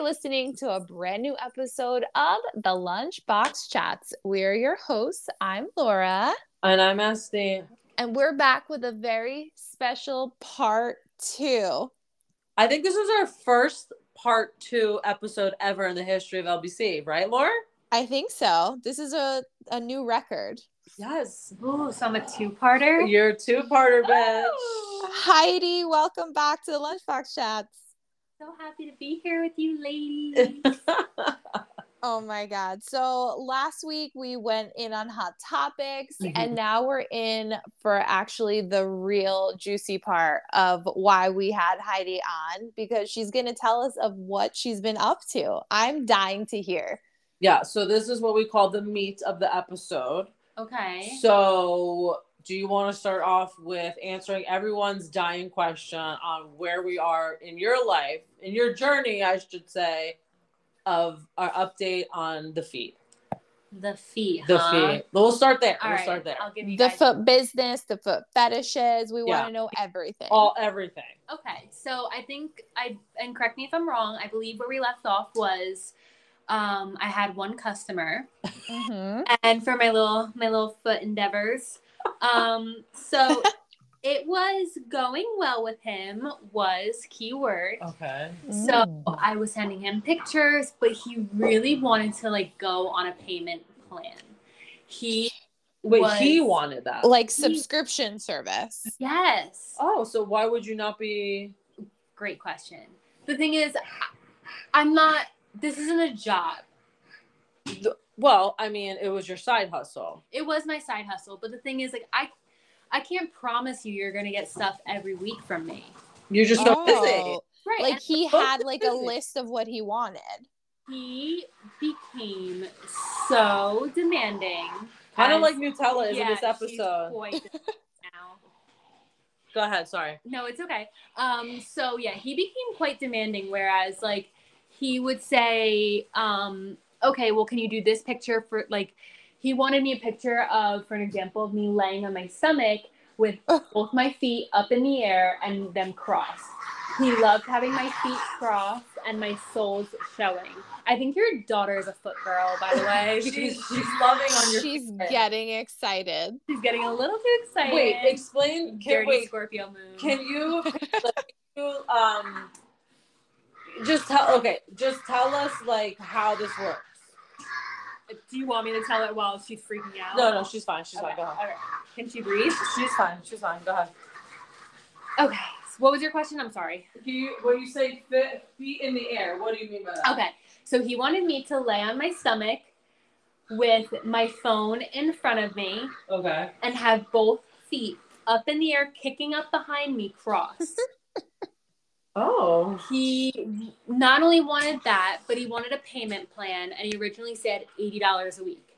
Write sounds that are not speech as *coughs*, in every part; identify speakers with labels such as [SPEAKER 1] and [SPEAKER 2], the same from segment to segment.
[SPEAKER 1] listening to a brand new episode of The Lunchbox Chats. We're your hosts. I'm Laura,
[SPEAKER 2] And I'm Esty.
[SPEAKER 1] and we're back with a very special part two.
[SPEAKER 2] I think this is our first part two episode ever in the history of LBC, right, Laura?
[SPEAKER 1] I think so. This is a, a new record.
[SPEAKER 2] Yes.
[SPEAKER 3] Ooh, so I'm a two-parter.
[SPEAKER 2] You're a two parter, bitch.
[SPEAKER 3] Oh.
[SPEAKER 1] Heidi, welcome back to The Lunchbox Chats.
[SPEAKER 3] So happy to be here with you,
[SPEAKER 2] Eh.
[SPEAKER 3] ladies.
[SPEAKER 1] Oh my God. So last week we went in on hot topics,
[SPEAKER 2] Mhm.
[SPEAKER 1] and now we're in for actually the real juicy part of why we had Heidi on because she's going to tell us of what she's been up to. I'm dying to hear.
[SPEAKER 2] *laughs* yeah, so this is what we call the meat of the episode.
[SPEAKER 3] okay.
[SPEAKER 2] So, do you want to start off with answering everyone's dying question on where we are in your life, in your journey, I should say, of our update on the feet?
[SPEAKER 3] The feet.
[SPEAKER 2] The
[SPEAKER 3] huh?
[SPEAKER 2] feet. We'll start there.
[SPEAKER 3] Uh-huh. All
[SPEAKER 2] we'll
[SPEAKER 3] right,
[SPEAKER 2] start there.
[SPEAKER 3] I'll give you
[SPEAKER 1] The
[SPEAKER 3] guys-
[SPEAKER 1] foot business, the foot fetishes. We want
[SPEAKER 2] Yeah.
[SPEAKER 1] to know everything.
[SPEAKER 2] All everything.
[SPEAKER 3] Okay, so I think I and correct me if I'm wrong. I believe where we left off was, um, I had one customer,
[SPEAKER 1] Mhm.
[SPEAKER 3] and for my little my little foot endeavors, um,
[SPEAKER 2] *laughs*
[SPEAKER 3] so it was going well with him was
[SPEAKER 2] Oh.
[SPEAKER 3] keyword.
[SPEAKER 2] Okay.
[SPEAKER 3] So
[SPEAKER 1] Mm.
[SPEAKER 3] I was sending him pictures, but he really wanted to like go on a payment plan. He
[SPEAKER 2] Wait,
[SPEAKER 3] was-
[SPEAKER 2] he wanted that.
[SPEAKER 1] like subscription service.
[SPEAKER 3] Yes.
[SPEAKER 2] oh, so why would you not be?
[SPEAKER 3] Great question. The thing is, I- I'm not. This isn't a job.
[SPEAKER 2] Well, I mean, it was your side hustle.
[SPEAKER 3] It was my side hustle, but the thing is, like I, I can't promise you you're gonna get stuff every week from me.
[SPEAKER 2] You're just so
[SPEAKER 1] Oh,
[SPEAKER 3] Right.
[SPEAKER 1] Like
[SPEAKER 3] Like
[SPEAKER 1] he
[SPEAKER 2] both
[SPEAKER 1] had like a
[SPEAKER 2] busy.
[SPEAKER 1] list of what he wanted.
[SPEAKER 3] he became so demanding.
[SPEAKER 2] Kind of
[SPEAKER 3] as-
[SPEAKER 2] like Nutella is in
[SPEAKER 3] Yeah,
[SPEAKER 2] this
[SPEAKER 3] she's
[SPEAKER 2] episode. *laughs*
[SPEAKER 3] quite different now.
[SPEAKER 2] Go ahead. Sorry.
[SPEAKER 3] No, it's okay. Um, so yeah, he became quite demanding. Whereas like he would say, um, okay, well, can you do this picture for like? He wanted me a picture of, for an example, of me laying on my stomach with both my feet up in the air and them crossed. He loved having my feet crossed and my soles showing. I think your daughter is a foot girl, by the way.
[SPEAKER 2] *laughs* She's,
[SPEAKER 3] She's,
[SPEAKER 2] she's loving on your.
[SPEAKER 1] She's
[SPEAKER 2] feet.
[SPEAKER 1] getting excited.
[SPEAKER 3] she's getting a little too excited.
[SPEAKER 2] Wait, explain. Can,
[SPEAKER 3] Dirty
[SPEAKER 2] wait,
[SPEAKER 3] Scorpio moon.
[SPEAKER 2] can *laughs* you? like, you um, just tell. Okay, just tell us like how this works.
[SPEAKER 3] Do you want me to tell it while she's freaking out?
[SPEAKER 2] No, no, she's fine. She's
[SPEAKER 3] Okay,
[SPEAKER 2] fine. Go
[SPEAKER 3] all
[SPEAKER 2] ahead.
[SPEAKER 3] right. Can she breathe?
[SPEAKER 2] She's fine. She's fine. Go ahead.
[SPEAKER 3] Okay. so What was your question? I'm sorry.
[SPEAKER 2] Can you, when you say fit, feet in the air, what do you mean by that?
[SPEAKER 3] Okay. So he wanted me to lay on my stomach with my phone in front of me
[SPEAKER 2] Okay.
[SPEAKER 3] and have both feet up in the air, kicking up behind me, crossed.
[SPEAKER 2] Oh.
[SPEAKER 3] he not only wanted that, but he wanted a payment plan, and he originally said $80 a week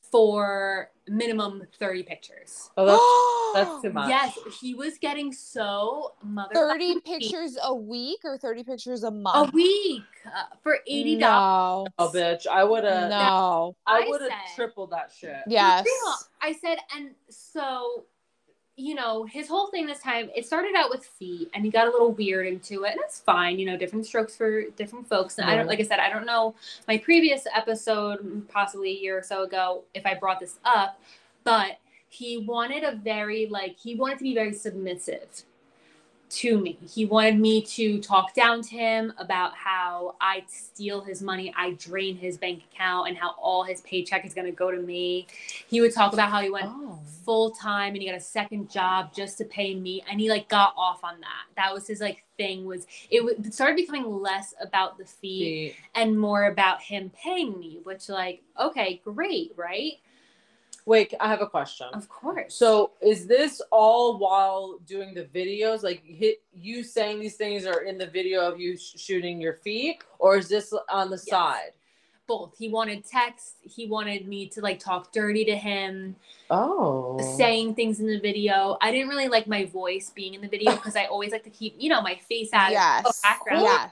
[SPEAKER 3] for minimum 30 pictures.
[SPEAKER 2] Oh, *gasps*
[SPEAKER 1] *gasps*
[SPEAKER 2] that's That's too much.
[SPEAKER 3] Yes, he was getting so mother
[SPEAKER 1] 30 pictures a week or 30 pictures a
[SPEAKER 3] a
[SPEAKER 1] month?
[SPEAKER 3] week uh, for eighty dollars.
[SPEAKER 1] No.
[SPEAKER 2] Oh, bitch. I would have.
[SPEAKER 1] No.
[SPEAKER 2] I
[SPEAKER 3] I
[SPEAKER 2] would have
[SPEAKER 3] said-
[SPEAKER 2] tripled that shit.
[SPEAKER 1] Yes.
[SPEAKER 3] I said, and so, you know, his whole thing this time it started out with feet, and he got a little weird into it, and that's fine. You know, different strokes for different folks, and I don't,
[SPEAKER 2] Yeah.
[SPEAKER 3] like I said, I don't know my previous episode, possibly a year or so ago, if I brought this up, but he wanted a very like he wanted to be very submissive to me. He wanted me to talk down to him about how I steal his money, I drain his bank account, and how all his paycheck is going to go to me. He would talk about how he went
[SPEAKER 2] Oh.
[SPEAKER 3] full time and he got a second job just to pay me, and he like got off on that. That was his like thing. Was it, w- it started becoming less about the fee and more about him paying me, which like okay, great, right?
[SPEAKER 2] Wait, I have a question.
[SPEAKER 3] Of course.
[SPEAKER 2] So, is this all while doing the videos? Like, hit you saying these things are in the video of you sh- shooting your feet, or is this on the
[SPEAKER 3] Yes.
[SPEAKER 2] side?
[SPEAKER 3] both. He wanted text. He wanted me to like talk dirty to him.
[SPEAKER 2] Oh.
[SPEAKER 3] saying things in the video. I didn't really like my voice being in
[SPEAKER 2] *laughs*
[SPEAKER 3] the video because I always like to keep, you know, my face out
[SPEAKER 1] Yes.
[SPEAKER 3] of the background.
[SPEAKER 1] Yes.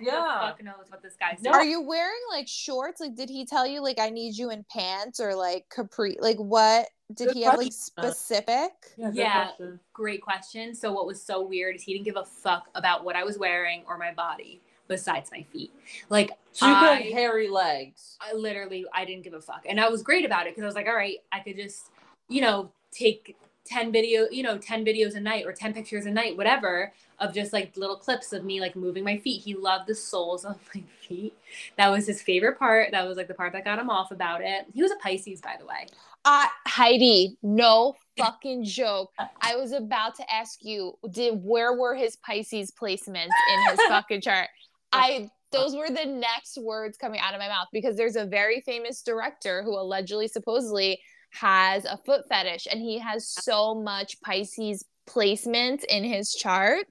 [SPEAKER 2] Yeah.
[SPEAKER 3] Who the fuck knows what this guy's
[SPEAKER 2] No.
[SPEAKER 1] Are
[SPEAKER 3] doing.
[SPEAKER 1] you wearing like shorts? Like, did he tell you, like, I need you in pants or like capri? Like, what did
[SPEAKER 2] Good
[SPEAKER 1] he have like
[SPEAKER 2] question.
[SPEAKER 1] specific?
[SPEAKER 2] Yeah. good
[SPEAKER 3] Yeah.
[SPEAKER 2] question.
[SPEAKER 3] Great question. So what was so weird is he didn't give a fuck about what I was wearing or my body. besides my feet. Like
[SPEAKER 2] So you could
[SPEAKER 3] I-
[SPEAKER 2] have hairy legs.
[SPEAKER 3] I literally I didn't give a fuck, and I was great about it because I was like, all right, I could just you know take ten video, you know, ten videos a night or ten pictures a night, whatever, of just like little clips of me like moving my feet. He loved the soles of my *laughs* feet. That was his favorite part. That was like the part that got him off about it. He was a Pisces, by the way.
[SPEAKER 1] Uh, Heidi, no fucking joke. I was about to ask you, did where were his Pisces placements in his fucking chart? I those were the next words coming out of my mouth because there's a very famous director who allegedly supposedly has a foot fetish and he has so much Pisces placement in his chart.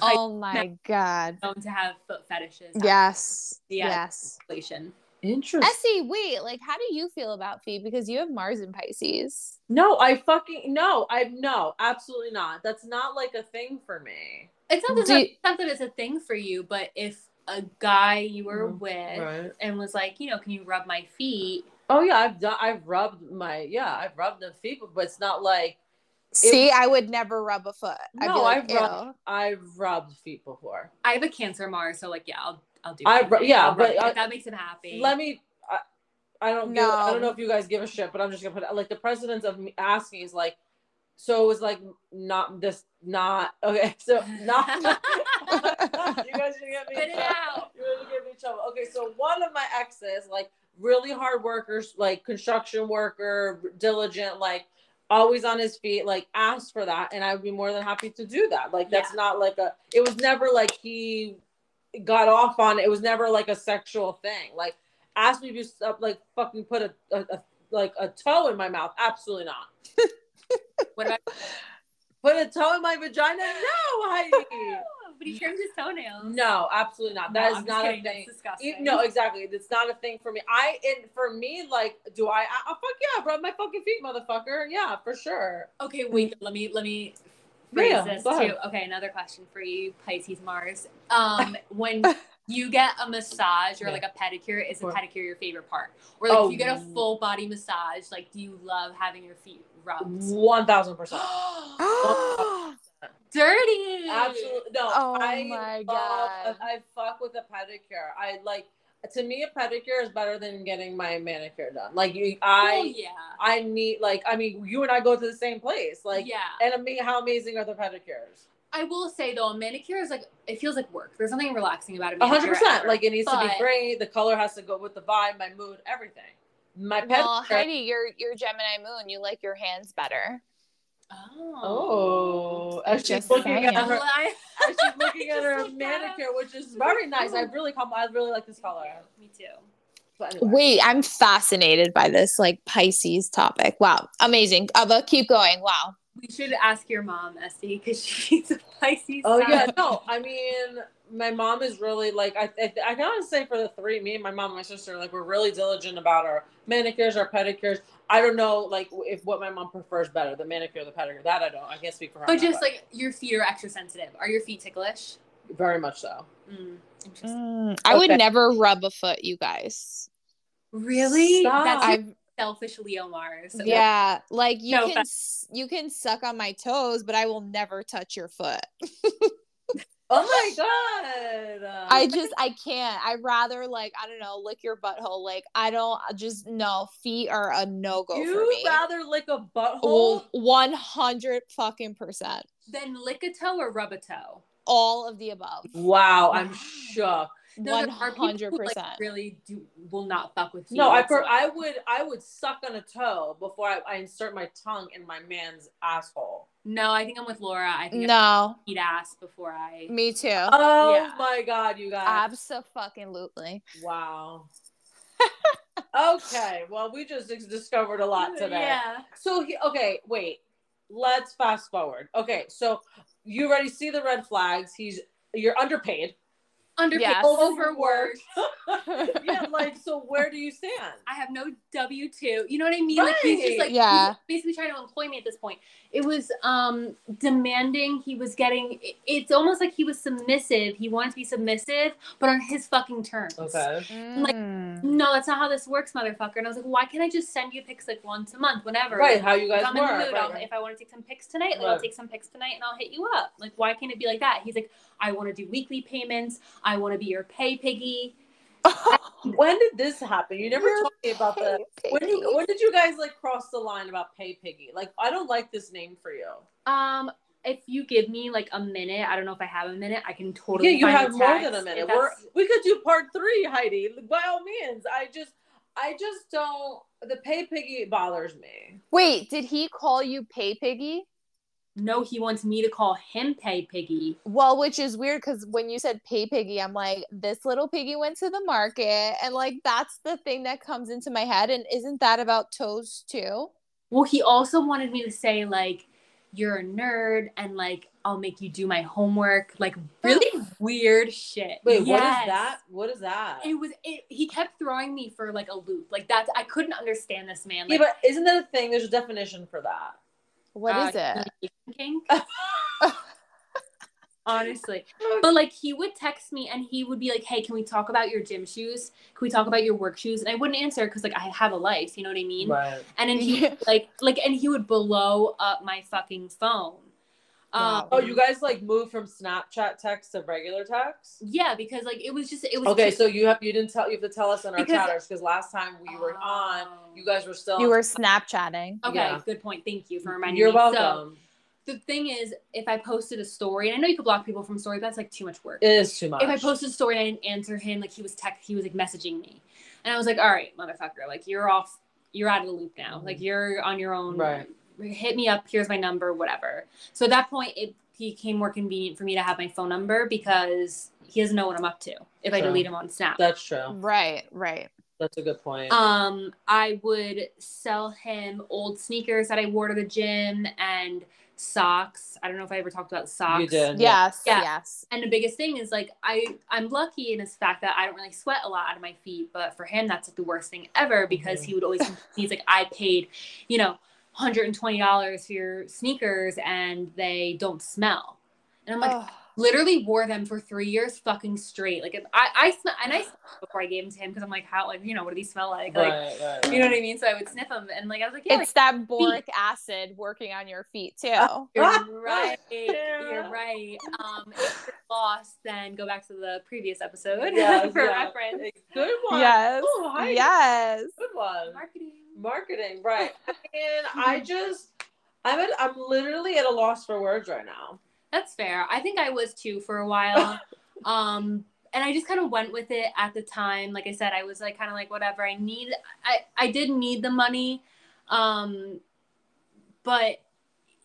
[SPEAKER 1] Oh my god.
[SPEAKER 3] Known to have foot fetishes.
[SPEAKER 1] Yes.
[SPEAKER 3] Yeah.
[SPEAKER 1] Yes.
[SPEAKER 3] Population.
[SPEAKER 2] Interesting.
[SPEAKER 1] Essie, wait, like how do you feel about Fee? Because you have Mars in Pisces.
[SPEAKER 2] No, I fucking no. I no, absolutely not. That's not like a thing for me.
[SPEAKER 3] It's not, that
[SPEAKER 1] Do-
[SPEAKER 3] it's not that it's a thing for you, but if a guy you were
[SPEAKER 2] Mhm.
[SPEAKER 3] with
[SPEAKER 2] Right.
[SPEAKER 3] and was like, you know, can you rub my feet?
[SPEAKER 2] Oh yeah, I've done. I've rubbed my yeah. I've rubbed the feet, but it's not like
[SPEAKER 1] See, I would never rub a foot. I'd be
[SPEAKER 2] No,
[SPEAKER 1] like,
[SPEAKER 2] I've
[SPEAKER 1] *laughs*
[SPEAKER 2] rubbed-
[SPEAKER 1] "Ew."
[SPEAKER 2] I've rubbed feet before.
[SPEAKER 3] I have a cancer Mars, so like, yeah, I'll I'll do.
[SPEAKER 2] I-
[SPEAKER 3] it. I'll
[SPEAKER 2] yeah,
[SPEAKER 3] rub
[SPEAKER 2] but
[SPEAKER 3] it if
[SPEAKER 2] I-
[SPEAKER 3] that makes him happy.
[SPEAKER 2] Let me. I, I don't. Give, I
[SPEAKER 1] No.
[SPEAKER 2] don't know if you guys give a shit, but I'm just gonna put it, like the precedence of me asking is like. So it was like not this not okay. *laughs* So not you guys should get me. *laughs*
[SPEAKER 3] Spit it out. *gasps*
[SPEAKER 2] You're gonna give me trouble. Okay, so one of my exes, like really hard workers, like construction worker, diligent, like always on his feet, like asked for that, and I would be more than happy to do that. Like that's not like a. It was never like he got off on. It It was never like a sexual thing. Like asked me to do stuff, like fucking put a, a, a like a toe in my mouth. Absolutely not.
[SPEAKER 3] *laughs* What about?
[SPEAKER 2] Put a toe in my vagina? No, Heidi.
[SPEAKER 3] But he trims his toenails.
[SPEAKER 2] No, absolutely not.
[SPEAKER 3] No,
[SPEAKER 2] That is
[SPEAKER 3] I'm just
[SPEAKER 2] not
[SPEAKER 3] kidding.
[SPEAKER 2] a thing.
[SPEAKER 3] That's disgusting.
[SPEAKER 2] E- No, exactly. It's not a thing for me. I and for me, like, do I? I oh, fuck yeah, rub my fucking feet, motherfucker. Yeah, for sure.
[SPEAKER 3] Okay, wait. Let me let me phrase
[SPEAKER 2] Yeah,
[SPEAKER 3] this
[SPEAKER 2] go
[SPEAKER 3] too.
[SPEAKER 2] ahead.
[SPEAKER 3] Okay, another question for you, Pisces Mars.
[SPEAKER 2] *laughs*
[SPEAKER 3] Um, when you get a massage or
[SPEAKER 2] Yeah.
[SPEAKER 3] like a pedicure, is a
[SPEAKER 2] Or-
[SPEAKER 3] pedicure your favorite part? Or like if
[SPEAKER 2] Oh.
[SPEAKER 3] you get a full body massage, like do you love having your feet rubbed?
[SPEAKER 2] One thousand
[SPEAKER 1] *gasps*
[SPEAKER 2] percent. *gasps*
[SPEAKER 3] Dirty.
[SPEAKER 2] Absolutely no.
[SPEAKER 1] Oh
[SPEAKER 2] I
[SPEAKER 1] my
[SPEAKER 2] love-
[SPEAKER 1] God.
[SPEAKER 2] I fuck with a pedicure. I like. To me, a pedicure is better than getting my manicure done. Like, you,
[SPEAKER 3] Oh
[SPEAKER 2] I,
[SPEAKER 3] yeah.
[SPEAKER 2] I need. Like, I mean, you and I go to the same place. Like,
[SPEAKER 3] yeah.
[SPEAKER 2] and I mean, how amazing are the pedicures?
[SPEAKER 3] I will say though, a manicure is like it feels like work. There's something relaxing about it.
[SPEAKER 2] A hundred percent. Like it needs to
[SPEAKER 3] But-
[SPEAKER 2] be great. The color has to go with the vibe, my mood, everything. My pedicure.
[SPEAKER 1] well, Heidi, you're you're Gemini Moon. You like your hands better.
[SPEAKER 2] oh, as she's
[SPEAKER 1] Just
[SPEAKER 2] looking at
[SPEAKER 3] *laughs*
[SPEAKER 1] saying.
[SPEAKER 2] her,
[SPEAKER 3] I-
[SPEAKER 2] as she's looking at
[SPEAKER 3] Just
[SPEAKER 2] her
[SPEAKER 3] like that.
[SPEAKER 2] manicure, which is very nice. I really come. I really like this color.
[SPEAKER 3] Me too.
[SPEAKER 2] But anyway.
[SPEAKER 1] Wait, I'm fascinated by this like Pisces topic. Wow, amazing. Uh, but keep going. Wow.
[SPEAKER 3] We should ask your mom, Esty, because *laughs* she's a Pisces.
[SPEAKER 2] Oh
[SPEAKER 3] sun.
[SPEAKER 2] yeah, *laughs* no. I mean, my mom is really like I. I, I gotta say, for the three, me and my mom, and my sister, like we're really diligent about our manicures, our pedicures. I don't know, like if what my mom prefers better, the manicure, or the pedicure. That I don't. I can't speak for her. on
[SPEAKER 3] But
[SPEAKER 2] that,
[SPEAKER 3] just like your feet are extra sensitive. Are your feet ticklish?
[SPEAKER 2] very much so.
[SPEAKER 3] Mm, interesting.
[SPEAKER 1] Mm, I would
[SPEAKER 2] Okay.
[SPEAKER 1] never rub a foot, you guys.
[SPEAKER 3] Really?
[SPEAKER 2] Stop.
[SPEAKER 3] That's your
[SPEAKER 1] I've
[SPEAKER 3] selfish Leo Mars.
[SPEAKER 1] *laughs* yeah, like you
[SPEAKER 3] No
[SPEAKER 1] can s you can suck on my toes, but I will never touch your foot.
[SPEAKER 2] Oh *laughs* my god! *laughs*
[SPEAKER 1] I just I can't. I rather like I don't know, lick your butthole. Like I don't I just no feet are a no go for
[SPEAKER 2] you
[SPEAKER 1] me.
[SPEAKER 2] rather lick a butthole?
[SPEAKER 1] One hundred fucking percent.
[SPEAKER 3] Then lick a toe or rub a toe.
[SPEAKER 1] All of the above.
[SPEAKER 2] Wow, I'm
[SPEAKER 3] Wow.
[SPEAKER 2] shook.
[SPEAKER 3] No,
[SPEAKER 1] One
[SPEAKER 3] there are people who,
[SPEAKER 1] hundred percent.
[SPEAKER 3] Like, really do will not fuck with feet.
[SPEAKER 2] No, I per-
[SPEAKER 3] whatsoever.
[SPEAKER 2] I would I would suck on a toe before I, I insert my tongue in my man's asshole.
[SPEAKER 3] No, I think I'm with Laura. I think I
[SPEAKER 1] No,
[SPEAKER 3] eat ass before I.
[SPEAKER 1] me too.
[SPEAKER 2] Oh
[SPEAKER 3] Yeah.
[SPEAKER 2] my god, you guys! *laughs*
[SPEAKER 1] Absolutely.
[SPEAKER 2] wow. okay, well, we just ex- discovered a lot today.
[SPEAKER 3] Uh, Yeah.
[SPEAKER 2] So he, okay, wait. Let's fast forward. Okay, so you already see the red flags. He's you're *laughs* underpaid,
[SPEAKER 3] Under
[SPEAKER 1] Yes.
[SPEAKER 3] overworked.
[SPEAKER 2] yeah. Like, so where do you stand?
[SPEAKER 3] I have no W two. You know what I mean? Like he's just like
[SPEAKER 1] Yeah.
[SPEAKER 3] he's basically trying to employ me at this point. It was um demanding. He was getting. it- It's almost like he was submissive. He wanted to be submissive, but on his fucking terms. Like-
[SPEAKER 2] *laughs*
[SPEAKER 1] Mm.
[SPEAKER 3] No, that's not how this works, motherfucker. And I was like, why can't I just send you pics like once a month, whenever?
[SPEAKER 2] Right,
[SPEAKER 3] Like,
[SPEAKER 2] how you guys
[SPEAKER 3] if I'm in
[SPEAKER 2] were.
[SPEAKER 3] the mood, I'll,
[SPEAKER 2] right.
[SPEAKER 3] if I want to take some pics tonight, like I'll
[SPEAKER 2] Right.
[SPEAKER 3] take some pics tonight and I'll hit you up. Like, why can't it be like that? He's like, I want to do weekly payments. I want to be your pay piggy.
[SPEAKER 2] When did this happen? You never
[SPEAKER 1] You're
[SPEAKER 2] told me about that. When, did- when did you guys like cross the line about pay piggy? Like, I don't like this name for you.
[SPEAKER 3] Um, if you give me like a minute, I don't know if I have a minute, I can totally.
[SPEAKER 2] yeah, you
[SPEAKER 3] find
[SPEAKER 2] have
[SPEAKER 3] the
[SPEAKER 2] more
[SPEAKER 3] text.
[SPEAKER 2] than a minute.
[SPEAKER 3] If
[SPEAKER 2] We're,
[SPEAKER 3] that's-
[SPEAKER 2] we could do part three, Heidi. By all means, I just, I just don't. The pay piggy bothers me.
[SPEAKER 1] Wait, did he call you pay piggy?
[SPEAKER 3] No, he wants me to call him pay piggy.
[SPEAKER 1] Well, which is weird because when you said pay piggy, I'm like, this little piggy went to the market. And like, that's the thing that comes into my head. And isn't that about toes too?
[SPEAKER 3] Well, he also wanted me to say like you're a nerd and like I'll make you do my homework, like really weird shit.
[SPEAKER 2] Wait, what is
[SPEAKER 3] Yes.
[SPEAKER 2] that? What is that?
[SPEAKER 3] It was it, he kept throwing me for like a loop. Like that's I couldn't understand this man.
[SPEAKER 2] yeah,
[SPEAKER 3] Like,
[SPEAKER 2] but isn't that a thing? There's a definition for that.
[SPEAKER 1] What is
[SPEAKER 3] uh,
[SPEAKER 1] it? *laughs*
[SPEAKER 3] communication kink. Honestly. But like he would text me and he would be like, "Hey, can we talk about your gym shoes? Can we talk about your work shoes?" And I wouldn't answer because like I have a life, you know what I mean?
[SPEAKER 2] Right.
[SPEAKER 3] *laughs* And
[SPEAKER 1] *laughs*
[SPEAKER 3] then he
[SPEAKER 1] Yeah.
[SPEAKER 3] like like and he would blow up my fucking phone. Um,
[SPEAKER 1] Wow.
[SPEAKER 2] Oh, you guys like moved from Snapchat text to regular text?
[SPEAKER 3] Yeah, because like it was just it was
[SPEAKER 2] Okay,
[SPEAKER 3] just-
[SPEAKER 2] so you have you didn't tell you have to tell us in our
[SPEAKER 3] Because- Oh.
[SPEAKER 2] chatters because last time we were on, you guys were still.
[SPEAKER 1] You were Snapchatting.
[SPEAKER 3] okay.
[SPEAKER 2] yeah.
[SPEAKER 3] Good point. Thank you for reminding
[SPEAKER 2] You're
[SPEAKER 3] me. So
[SPEAKER 2] welcome.
[SPEAKER 3] the thing is, if I posted a story, and I know you could block people from story, but that's like too much work.
[SPEAKER 2] it is too much.
[SPEAKER 3] if I posted a story and I didn't answer him, like he was text, he was like messaging me, and I was like, "All right, motherfucker, like you're off, you're out of the loop now.
[SPEAKER 2] Mhm.
[SPEAKER 3] Like you're on your own.
[SPEAKER 2] Right.
[SPEAKER 3] Hit me up. Here's my number. Whatever." So at that point, it became more convenient for me to have my phone number because he doesn't know what I'm up to if I
[SPEAKER 2] True.
[SPEAKER 3] delete him on Snap.
[SPEAKER 2] That's true.
[SPEAKER 1] Right, right.
[SPEAKER 2] That's a good point.
[SPEAKER 3] Mm. Um, I would sell him old sneakers that I wore to the gym and socks. I don't know if I ever talked about socks.
[SPEAKER 2] you did.
[SPEAKER 1] Yes,
[SPEAKER 3] Yeah.
[SPEAKER 1] yes.
[SPEAKER 3] And the biggest thing is like I I'm lucky in this fact that I don't really sweat a lot out of my feet, but for him that's like the worst thing ever because he would always he's like I paid, you know, hundred and twenty dollars for your sneakers and they don't smell. And I'm like,
[SPEAKER 1] Ugh.
[SPEAKER 3] literally wore them for three years fucking straight. Like if I I smell and I smelled before I gave them to him because I'm like how like you know what do these smell like? Like
[SPEAKER 2] Right, right,
[SPEAKER 3] you know what I mean? So I would sniff them, and like I was like, Oh, yeah,
[SPEAKER 1] it's that boric acid working on your feet too.
[SPEAKER 2] *laughs*
[SPEAKER 3] like, *laughs* you're right,
[SPEAKER 2] Yeah.
[SPEAKER 3] you're right. Um, if you're lost, then go back to the previous episode
[SPEAKER 2] Yes,
[SPEAKER 3] *laughs* for
[SPEAKER 2] yeah.
[SPEAKER 3] reference.
[SPEAKER 2] Good one.
[SPEAKER 1] Yes.
[SPEAKER 2] Oh, hi.
[SPEAKER 1] yes.
[SPEAKER 2] Good one.
[SPEAKER 3] Marketing.
[SPEAKER 2] Marketing,
[SPEAKER 3] *laughs*
[SPEAKER 2] right? and
[SPEAKER 3] Mm-hmm.
[SPEAKER 2] I just, I'm at, I'm literally at a loss for words right now.
[SPEAKER 3] That's fair. I think I was too for
[SPEAKER 2] *laughs*
[SPEAKER 3] a while. um, and I just kind of went with it at the time. Like I said, I was like kind of like whatever. I need. I I did need the money, um, but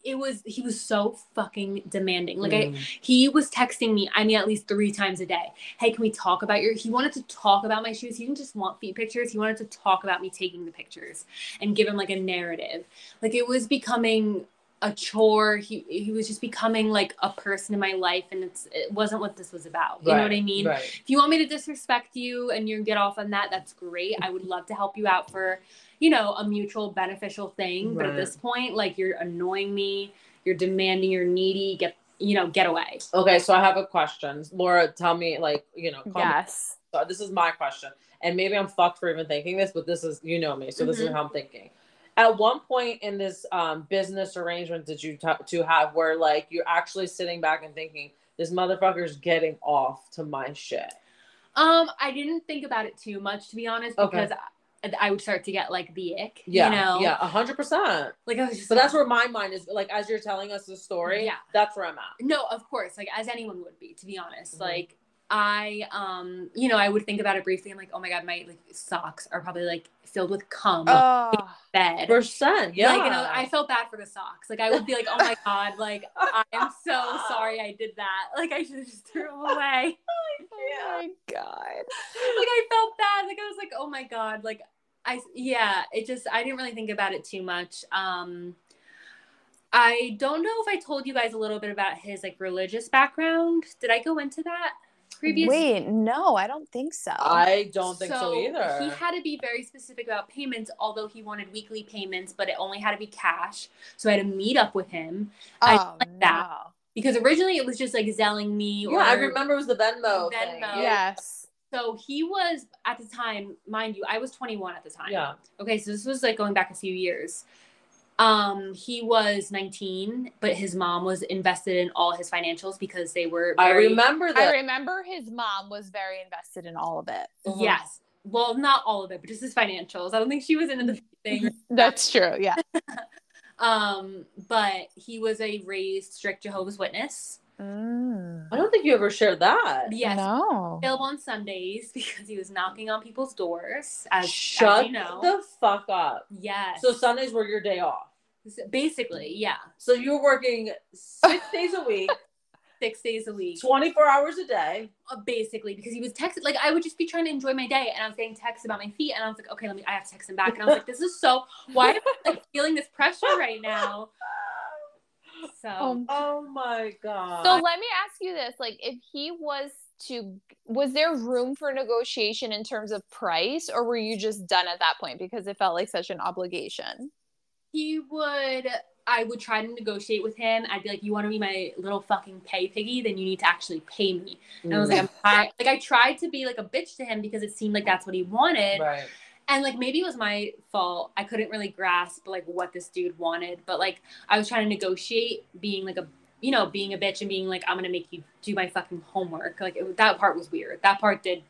[SPEAKER 3] it was he was so fucking demanding. Like
[SPEAKER 2] Mm.
[SPEAKER 3] I he was texting me i mean at least three times a day hey can we talk about your he wanted to talk about my shoes he didn't just want feet pictures he wanted to talk about me taking the pictures and give him like a narrative like it was becoming a chore he he was just becoming like a person in my life and it's it wasn't what this was about you know what i mean
[SPEAKER 2] Right.
[SPEAKER 3] if you want me to disrespect you and you get off on that that's great i would love to help you out for you know a mutual beneficial thing but at
[SPEAKER 2] Right.
[SPEAKER 3] this point like you're annoying me you're demanding you're needy get you know get away
[SPEAKER 2] Okay, so I have a question. Laura, tell me, like, you know, call me
[SPEAKER 1] Yes.
[SPEAKER 2] So this is my question, and maybe I'm fucked for even thinking this, but this is you know me, so this is
[SPEAKER 3] Mhm.
[SPEAKER 2] how I'm thinking. At one point in this um, business arrangement that you t- to have, where like you're actually sitting back and thinking, this motherfucker's getting off to my shit.
[SPEAKER 3] Um, I didn't think about it too much to be honest,
[SPEAKER 2] Okay.
[SPEAKER 3] because I, I would start to get like the ick.
[SPEAKER 2] Yeah,
[SPEAKER 3] You know?
[SPEAKER 2] yeah, a hundred percent.
[SPEAKER 3] Like I was just
[SPEAKER 2] But that's
[SPEAKER 3] like-
[SPEAKER 2] where my mind is. Like as you're telling us the story,
[SPEAKER 3] Yeah.
[SPEAKER 2] that's where I'm at.
[SPEAKER 3] No, of course, like as anyone would be, to be honest.
[SPEAKER 2] Mhm.
[SPEAKER 3] Like I um, you know, I would think about it briefly. I'm like, oh my god, my like socks are probably like filled with cum on
[SPEAKER 1] Oh.
[SPEAKER 3] the bed.
[SPEAKER 2] Percent, yeah.
[SPEAKER 3] Like, you know, I felt bad for the socks. Like, I would be like, oh my God, like, I am
[SPEAKER 2] *laughs*
[SPEAKER 3] so sorry I did that. Like, I should have just threw them away.
[SPEAKER 1] oh my god.
[SPEAKER 3] like I felt bad. Like I was like, oh my god. Like I yeah. It just I didn't really think about it too much. Um, I don't know if I told you guys a little bit about his like religious background. Did I go into that previous?
[SPEAKER 1] Wait, no, I don't think so.
[SPEAKER 2] I don't think so, either.
[SPEAKER 3] He had to be very specific about payments, although he wanted weekly payments, but it only had to be cash. So I had to meet up with him I
[SPEAKER 1] oh
[SPEAKER 3] like
[SPEAKER 1] no.
[SPEAKER 3] that. because originally it was just like selling me.
[SPEAKER 2] yeah,
[SPEAKER 3] or,
[SPEAKER 2] I remember it was the Venmo. Thing.
[SPEAKER 3] Venmo.
[SPEAKER 2] Yeah.
[SPEAKER 1] Yes.
[SPEAKER 3] So he was at the time, mind you, I was 21 at the time.
[SPEAKER 2] yeah.
[SPEAKER 3] Okay, so this was like going back a few years. Um, he was 19, but his mom was invested in all his financials because they were.
[SPEAKER 2] I
[SPEAKER 3] very-
[SPEAKER 2] remember
[SPEAKER 1] I
[SPEAKER 2] that.
[SPEAKER 1] remember his mom was very invested in all of it.
[SPEAKER 2] Mhm.
[SPEAKER 3] Yes. Well, not all of it, but just his financials. I don't think she was into the *laughs* thing.
[SPEAKER 1] That's true. Yeah.
[SPEAKER 3] Um, but he was a raised strict Jehovah's Witness.
[SPEAKER 2] I don't think you ever shared that.
[SPEAKER 3] Yes.
[SPEAKER 1] Mm. No.
[SPEAKER 3] Ill on Sundays *laughs* because he was knocking on people's doors, as, as
[SPEAKER 2] Shut
[SPEAKER 3] you know.
[SPEAKER 2] the fuck up.
[SPEAKER 3] yes.
[SPEAKER 2] So Sundays were your day off.
[SPEAKER 3] basically, yeah.
[SPEAKER 2] So you were working
[SPEAKER 3] *laughs*
[SPEAKER 2] six days a week,
[SPEAKER 3] Six days a week.
[SPEAKER 2] 24 hours a day.
[SPEAKER 3] uh, basically because he was texting like I would just be trying to enjoy my day and I was getting texts about my feet and I was like okay let me I have to text him back and I was like this is so why am I like feeling this pressure right now so
[SPEAKER 1] Um,
[SPEAKER 2] Oh my God.
[SPEAKER 1] so let me ask you this: like, if he was to, was there room for negotiation in terms of price, or were you just done at that point because it felt like such an obligation?
[SPEAKER 3] he would I would try to negotiate with him I'd be like you want to be my little fucking pay piggy then you need to actually pay me and I was like I'm tired. like I tried to be like a bitch to him because it seemed like that's what he wanted
[SPEAKER 2] right.
[SPEAKER 3] and like maybe it was my fault i couldn't really grasp like what this dude wanted but like i was trying to negotiate being like a you know being a bitch and being like i'm gonna make you do my fucking homework like it, that part was weird that part did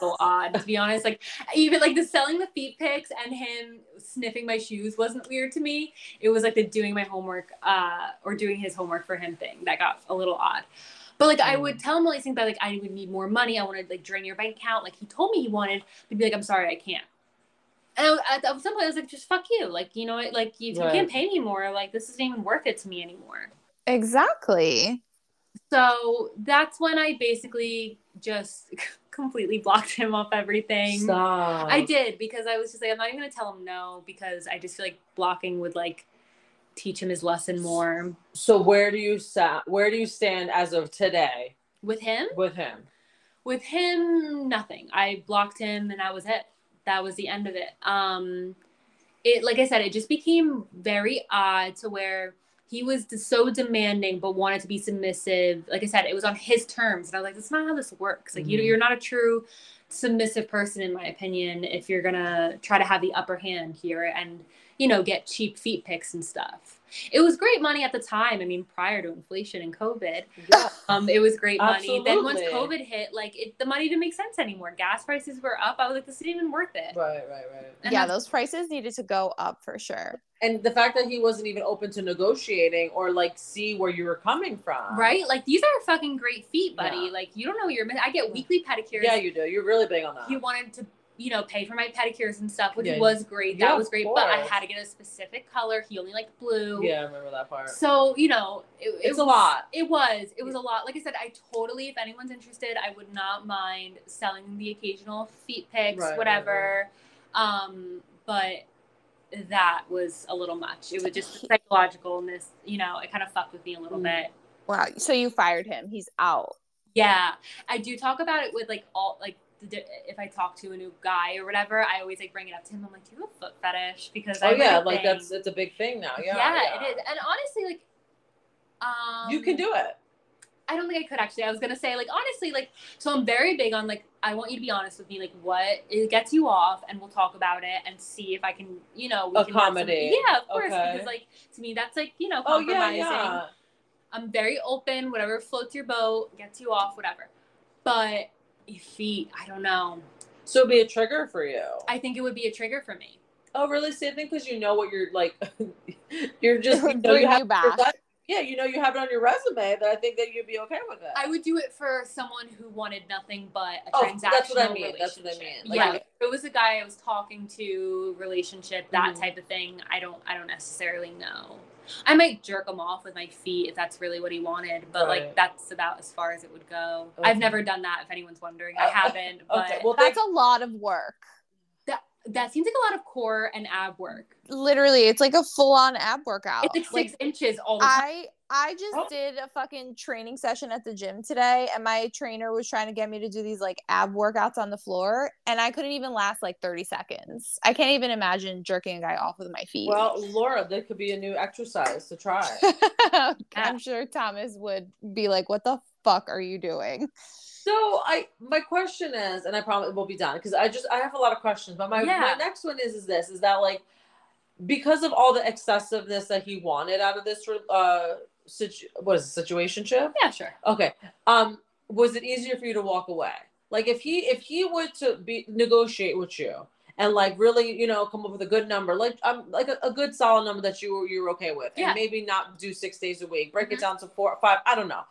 [SPEAKER 3] so odd to be honest like even like the selling the feet pics and him sniffing my shoes wasn't weird to me it was like the doing my homework uh or doing his homework for him thing that got a little odd but like i would tell him all these things but like i would need more money i want to like drain your bank account like he told me he wanted but be like i'm sorry i can't and I, was- at, at some point i was like just fuck you like you know what like you,
[SPEAKER 2] Right.
[SPEAKER 3] you can't pay me more like this isn't even worth it to me anymore
[SPEAKER 1] Exactly.
[SPEAKER 3] so that's when i basically just *laughs* completely blocked him off everything
[SPEAKER 2] Stop.
[SPEAKER 3] I did because I was just like, I'm not even gonna tell him no because I just feel like blocking would like teach him his lesson more
[SPEAKER 2] So where do you sat? Where do you stand as of today
[SPEAKER 3] with him.
[SPEAKER 2] with him?
[SPEAKER 3] With him, nothing. I blocked him, and that was it. That was the end of it. Um, it like I said, it just became very odd to where he was d- so demanding but wanted to be submissive. Like I said, it was on his terms, and I was like, that's not how this works. Like you,
[SPEAKER 2] Mhm.
[SPEAKER 3] you're not a true submissive person, in my opinion, if you're gonna try to have the upper hand here and you know get cheap feet pics and stuff. It was great money at the time. I mean, prior to inflation and COVID,
[SPEAKER 2] Yeah.
[SPEAKER 3] um, it was great money. Then once
[SPEAKER 2] Absolutely.
[SPEAKER 3] COVID hit, like it, the money didn't make sense anymore. Gas prices were up. I was like, this isn't even worth it.
[SPEAKER 2] right, right, right.
[SPEAKER 3] And
[SPEAKER 1] yeah,
[SPEAKER 3] that's-
[SPEAKER 1] those prices needed to go up for sure.
[SPEAKER 2] And the fact that he wasn't even open to negotiating or like see where you were coming from.
[SPEAKER 3] right? Like these are fucking great feet, buddy.
[SPEAKER 2] Yeah.
[SPEAKER 3] Like you don't know what you're. I get weekly pedicures.
[SPEAKER 2] Yeah, you do. You're really big on that.
[SPEAKER 3] he wanted to, you know, pay for my pedicures and stuff, which
[SPEAKER 2] Yeah.
[SPEAKER 3] was great.
[SPEAKER 2] Yeah,
[SPEAKER 3] that
[SPEAKER 2] of
[SPEAKER 3] was great, but I
[SPEAKER 2] course.
[SPEAKER 3] had to get a specific color. He only liked blue.
[SPEAKER 2] yeah, I remember that part.
[SPEAKER 3] So you know, it, it
[SPEAKER 2] It's a
[SPEAKER 3] was-
[SPEAKER 2] lot.
[SPEAKER 3] It was. It was a lot. Like I said, I totally. If anyone's interested, I would not mind selling the occasional feet pics,
[SPEAKER 2] Right, right,
[SPEAKER 3] whatever. Um, but that was a little much. It was
[SPEAKER 2] *laughs*
[SPEAKER 3] just the psychologicalness. You know, it kind of fucked with me a little
[SPEAKER 2] Mm.
[SPEAKER 3] bit.
[SPEAKER 1] Wow. So you fired him. He's out.
[SPEAKER 3] Yeah, I do talk about it with like all like the, di- if I talk to a new guy or whatever, I always like bring it up to him. I'm like, do you have a foot fetish? Because I
[SPEAKER 2] oh
[SPEAKER 3] have,
[SPEAKER 2] yeah,
[SPEAKER 3] a
[SPEAKER 2] like
[SPEAKER 3] thing."
[SPEAKER 2] that's it's a big thing now. Yeah,
[SPEAKER 3] yeah, it is. And honestly, like, um,
[SPEAKER 2] you can do it.
[SPEAKER 3] I don't think I could actually. I was gonna say like honestly like so I'm very big on like I want you to be honest with me like what it gets you off and we'll talk about it and see if I can you know we
[SPEAKER 2] Accommodate.
[SPEAKER 3] Can have some- yeah, of course
[SPEAKER 2] Okay.
[SPEAKER 3] because like to me that's like you know
[SPEAKER 2] Oh yeah,
[SPEAKER 3] Um, compromising.
[SPEAKER 2] yeah.
[SPEAKER 3] I'm very open. Whatever floats your boat, gets you off, whatever. But feet, I don't know.
[SPEAKER 2] So it'd be a trigger for you.
[SPEAKER 3] I think it would be a trigger for me.
[SPEAKER 2] oh really? See, I think because you know what you're like. *laughs* you're just
[SPEAKER 3] *laughs*
[SPEAKER 2] you
[SPEAKER 1] Bring
[SPEAKER 2] know you
[SPEAKER 1] you
[SPEAKER 2] have it on your
[SPEAKER 1] back.
[SPEAKER 2] res- yeah, you know you have it on your resume that I think that you'd be okay with it.
[SPEAKER 3] I would do it for someone who wanted nothing but a
[SPEAKER 2] Oh,
[SPEAKER 3] transactional
[SPEAKER 2] that's what I mean. That's what I
[SPEAKER 3] relationship.
[SPEAKER 2] mean. Like,
[SPEAKER 3] yeah,
[SPEAKER 2] I-
[SPEAKER 3] if it was a guy I was talking to, relationship, that
[SPEAKER 2] Mhm.
[SPEAKER 3] type of thing. I don't, I don't necessarily know. I might jerk him off with my feet if that's really what he wanted, but
[SPEAKER 2] Right.
[SPEAKER 3] like that's about as far as it would go.
[SPEAKER 2] Okay.
[SPEAKER 3] I've never done that. If anyone's wondering,
[SPEAKER 2] *laughs*
[SPEAKER 3] I
[SPEAKER 2] Oh,
[SPEAKER 3] haven't. But
[SPEAKER 2] okay, well
[SPEAKER 1] That's a lot of work.
[SPEAKER 3] that seems like a lot of core and ab work.
[SPEAKER 1] Literally, it's like a full-on ab workout.
[SPEAKER 3] It's like six inches all the time.
[SPEAKER 1] I I just
[SPEAKER 2] Oh.
[SPEAKER 1] did a fucking training session at the gym today, and my trainer was trying to get me to do these like ab workouts on the floor, and I couldn't even last like 30 seconds. I can't even imagine jerking a guy off with my feet.
[SPEAKER 2] Well, Laura, that could be a new exercise to
[SPEAKER 3] *laughs*
[SPEAKER 2] try.
[SPEAKER 1] *laughs* I'm sure Thomas would be like, "What the fuck are you doing?"
[SPEAKER 2] so, I my question is, and I probably will be done because I just I have a lot of questions. But my,
[SPEAKER 3] Yeah.
[SPEAKER 2] my next one is is this: is that like because of all the excessiveness that he wanted out of this uh situ- was situation
[SPEAKER 3] Yeah, sure.
[SPEAKER 2] okay um was it easier for you to walk away like if he if he were to be negotiate with you and like really you know come up with a good number like um like a, a good solid number that you were you're okay with
[SPEAKER 3] Yeah.
[SPEAKER 2] and maybe not do six days a week break it down to four five i don't know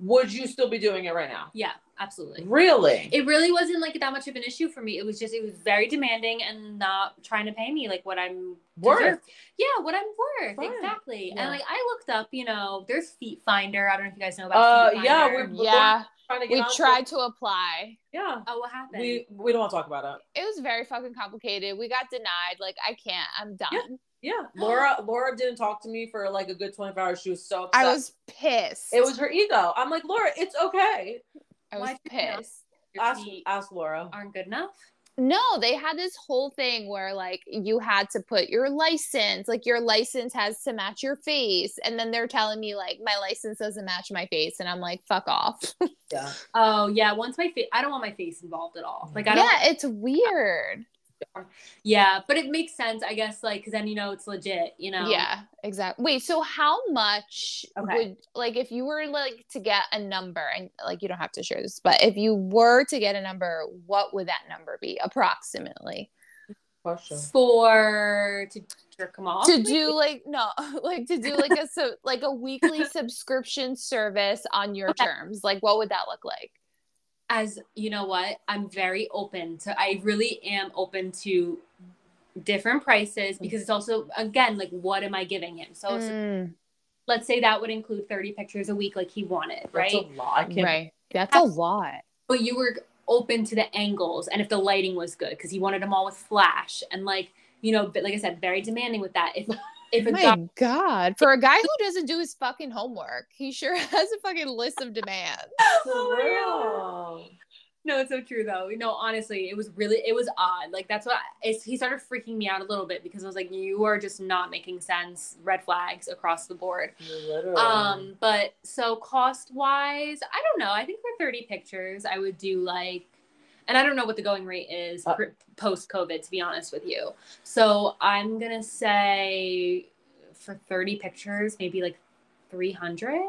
[SPEAKER 2] would you still be doing it right now
[SPEAKER 3] Yeah, absolutely.
[SPEAKER 2] really
[SPEAKER 3] It really wasn't like that much of an issue for me. It was just it was very demanding and not trying to pay me like what I'm
[SPEAKER 2] Worth.
[SPEAKER 3] deserve. Yeah, what I'm worth
[SPEAKER 2] Right.
[SPEAKER 3] exactly.
[SPEAKER 2] Yeah.
[SPEAKER 3] And like I looked up, you know, there's Feet Finder. I don't know if you guys know
[SPEAKER 2] Uh,
[SPEAKER 3] about. Feet
[SPEAKER 2] yeah,
[SPEAKER 3] Finder.
[SPEAKER 2] we're-
[SPEAKER 1] Yeah,
[SPEAKER 2] trying to get
[SPEAKER 1] we
[SPEAKER 2] on to-
[SPEAKER 1] tried to apply.
[SPEAKER 2] yeah
[SPEAKER 3] Oh, what happened?
[SPEAKER 2] we we don't want to talk about it
[SPEAKER 1] It was very fucking complicated. We got denied. Like, I can't. I'm done.
[SPEAKER 2] yeah laura laura didn't talk to me for like a good 24 hours she was so upset
[SPEAKER 1] I was pissed.
[SPEAKER 2] it was her ego i'm like laura it's okay
[SPEAKER 1] I was
[SPEAKER 3] Why did you not-
[SPEAKER 1] pissed.
[SPEAKER 3] Your
[SPEAKER 2] ask,
[SPEAKER 3] feet
[SPEAKER 2] ask laura
[SPEAKER 3] aren't good enough.
[SPEAKER 1] No, they had this whole thing where like you had to put your license, like your license has to match your face. And then they're telling me like my license doesn't match my face. And I'm like, fuck off.
[SPEAKER 2] yeah
[SPEAKER 3] Oh yeah, once my face, I don't want my face involved at all. Like I don't.
[SPEAKER 1] Yeah, it's weird.
[SPEAKER 3] Yeah, but it makes sense, I guess. Like, because then you know it's legit. You know.
[SPEAKER 1] Yeah, exactly. Wait, so how much
[SPEAKER 3] Okay.
[SPEAKER 1] would like if you were like to get a number and like you don't have to share this, but if you were to get a number, what would that number be approximately?
[SPEAKER 2] question
[SPEAKER 3] For to jerk 'em off.
[SPEAKER 1] To do like no, *laughs* like to do like a so like a *laughs* weekly subscription service on your
[SPEAKER 3] Okay.
[SPEAKER 1] terms. Like what would that look like?
[SPEAKER 3] as you know what i'm very open to i really am open to different prices because it's also again like what am i giving him so it's-
[SPEAKER 1] Mm,
[SPEAKER 3] let's say that would include 30 pictures a week like he wanted right
[SPEAKER 2] That's a lot. I can't.
[SPEAKER 1] right. That's a lot.
[SPEAKER 3] but you were open to the angles and if the lighting was good because he wanted them all with flash and like you know but like i said very demanding with that if *laughs* if a guy
[SPEAKER 1] My God. For a guy who doesn't do his fucking homework, he sure *laughs* has a fucking list of demands.
[SPEAKER 3] Oh my God. No, it's so true though. No, honestly, it was really it was odd. Like that's what it's, he started freaking me out a little bit because I was like, you are just not making sense. Red flags across the board.
[SPEAKER 2] Literally.
[SPEAKER 3] Um, but so cost wise, I don't know. I think for thirty pictures, I would do like, and I don't know what the going rate is
[SPEAKER 2] Uh.
[SPEAKER 3] post COVID. To be honest with you, so I'm gonna say for thirty pictures, maybe like 300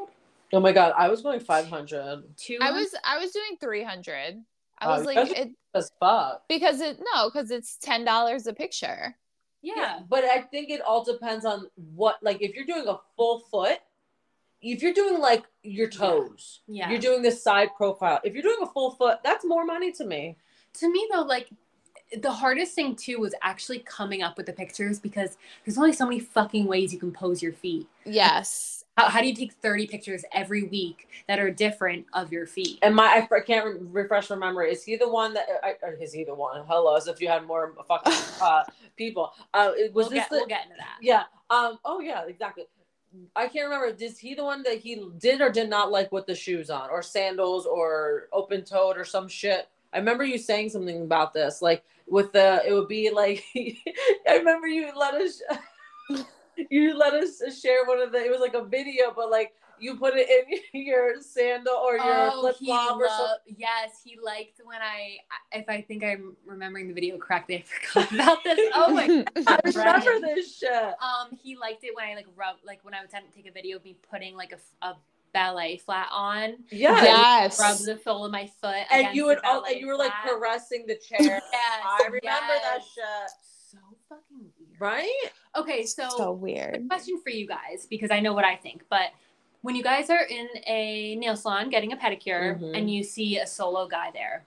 [SPEAKER 2] oh my god, I was going 500
[SPEAKER 3] 200
[SPEAKER 1] I was I was doing 300. I
[SPEAKER 2] Oh,
[SPEAKER 1] was like
[SPEAKER 2] that's-
[SPEAKER 1] it
[SPEAKER 2] as fuck.
[SPEAKER 1] because it no because it's ten dollars a picture.
[SPEAKER 3] yeah.
[SPEAKER 2] But I think it all depends on what, like, if you're doing a full foot, if you're doing like your toes,
[SPEAKER 3] Yeah.
[SPEAKER 2] you're doing the side profile. If you're doing a full foot, that's more money to me.
[SPEAKER 3] to me though like the hardest thing too was actually coming up with the pictures because there's only so many fucking ways you can pose your feet
[SPEAKER 1] *laughs* Yes,
[SPEAKER 3] how, how do you take 30 pictures every week that are different of your feet
[SPEAKER 2] And my, I, fr- can't re- refresh my memory. Is he the one that, I, or is he the one? Hello, as if you had more
[SPEAKER 3] *laughs*
[SPEAKER 2] fucking uh, people. Uh, it- was
[SPEAKER 3] we'll,
[SPEAKER 2] this
[SPEAKER 3] get,
[SPEAKER 2] the,
[SPEAKER 3] we'll get into that
[SPEAKER 2] Yeah. Um. Oh yeah. Exactly. I can't remember. Is he the one that he did or did not like with the shoes on, or sandals, or open toed, or some shit? I remember you saying something about this, like with the. It would be like. *laughs* I remember you let us. *laughs* you let us share one of the. It was like a video, but like you put it in *laughs* your sandal or your flip
[SPEAKER 3] Oh, he
[SPEAKER 2] flop or something.
[SPEAKER 3] loved- yes, he liked when I, if I think I'm remembering the video correctly, *laughs* I forgot about this. Oh my
[SPEAKER 2] *laughs* I
[SPEAKER 3] Right.
[SPEAKER 2] remember this shit.
[SPEAKER 3] Um, he liked it when I like rub, like when I would take a video of me putting like a f- a, ballet flat on,
[SPEAKER 2] Yeah.
[SPEAKER 1] yes.
[SPEAKER 3] rub the sole of my foot,
[SPEAKER 2] And
[SPEAKER 3] against
[SPEAKER 2] you
[SPEAKER 3] the
[SPEAKER 2] would, all,
[SPEAKER 3] ballet
[SPEAKER 2] and you were like
[SPEAKER 3] flat.
[SPEAKER 2] caressing the
[SPEAKER 3] *laughs*
[SPEAKER 2] chair.
[SPEAKER 3] Yes,
[SPEAKER 2] I remember that
[SPEAKER 3] yes.
[SPEAKER 2] shit.
[SPEAKER 3] So fucking weird.
[SPEAKER 2] Right?
[SPEAKER 3] Okay, so,
[SPEAKER 1] so weird.
[SPEAKER 3] question for you guys because I know what I think, but when you guys are in a nail salon getting a pedicure
[SPEAKER 2] Mhm.
[SPEAKER 3] and you see a solo guy there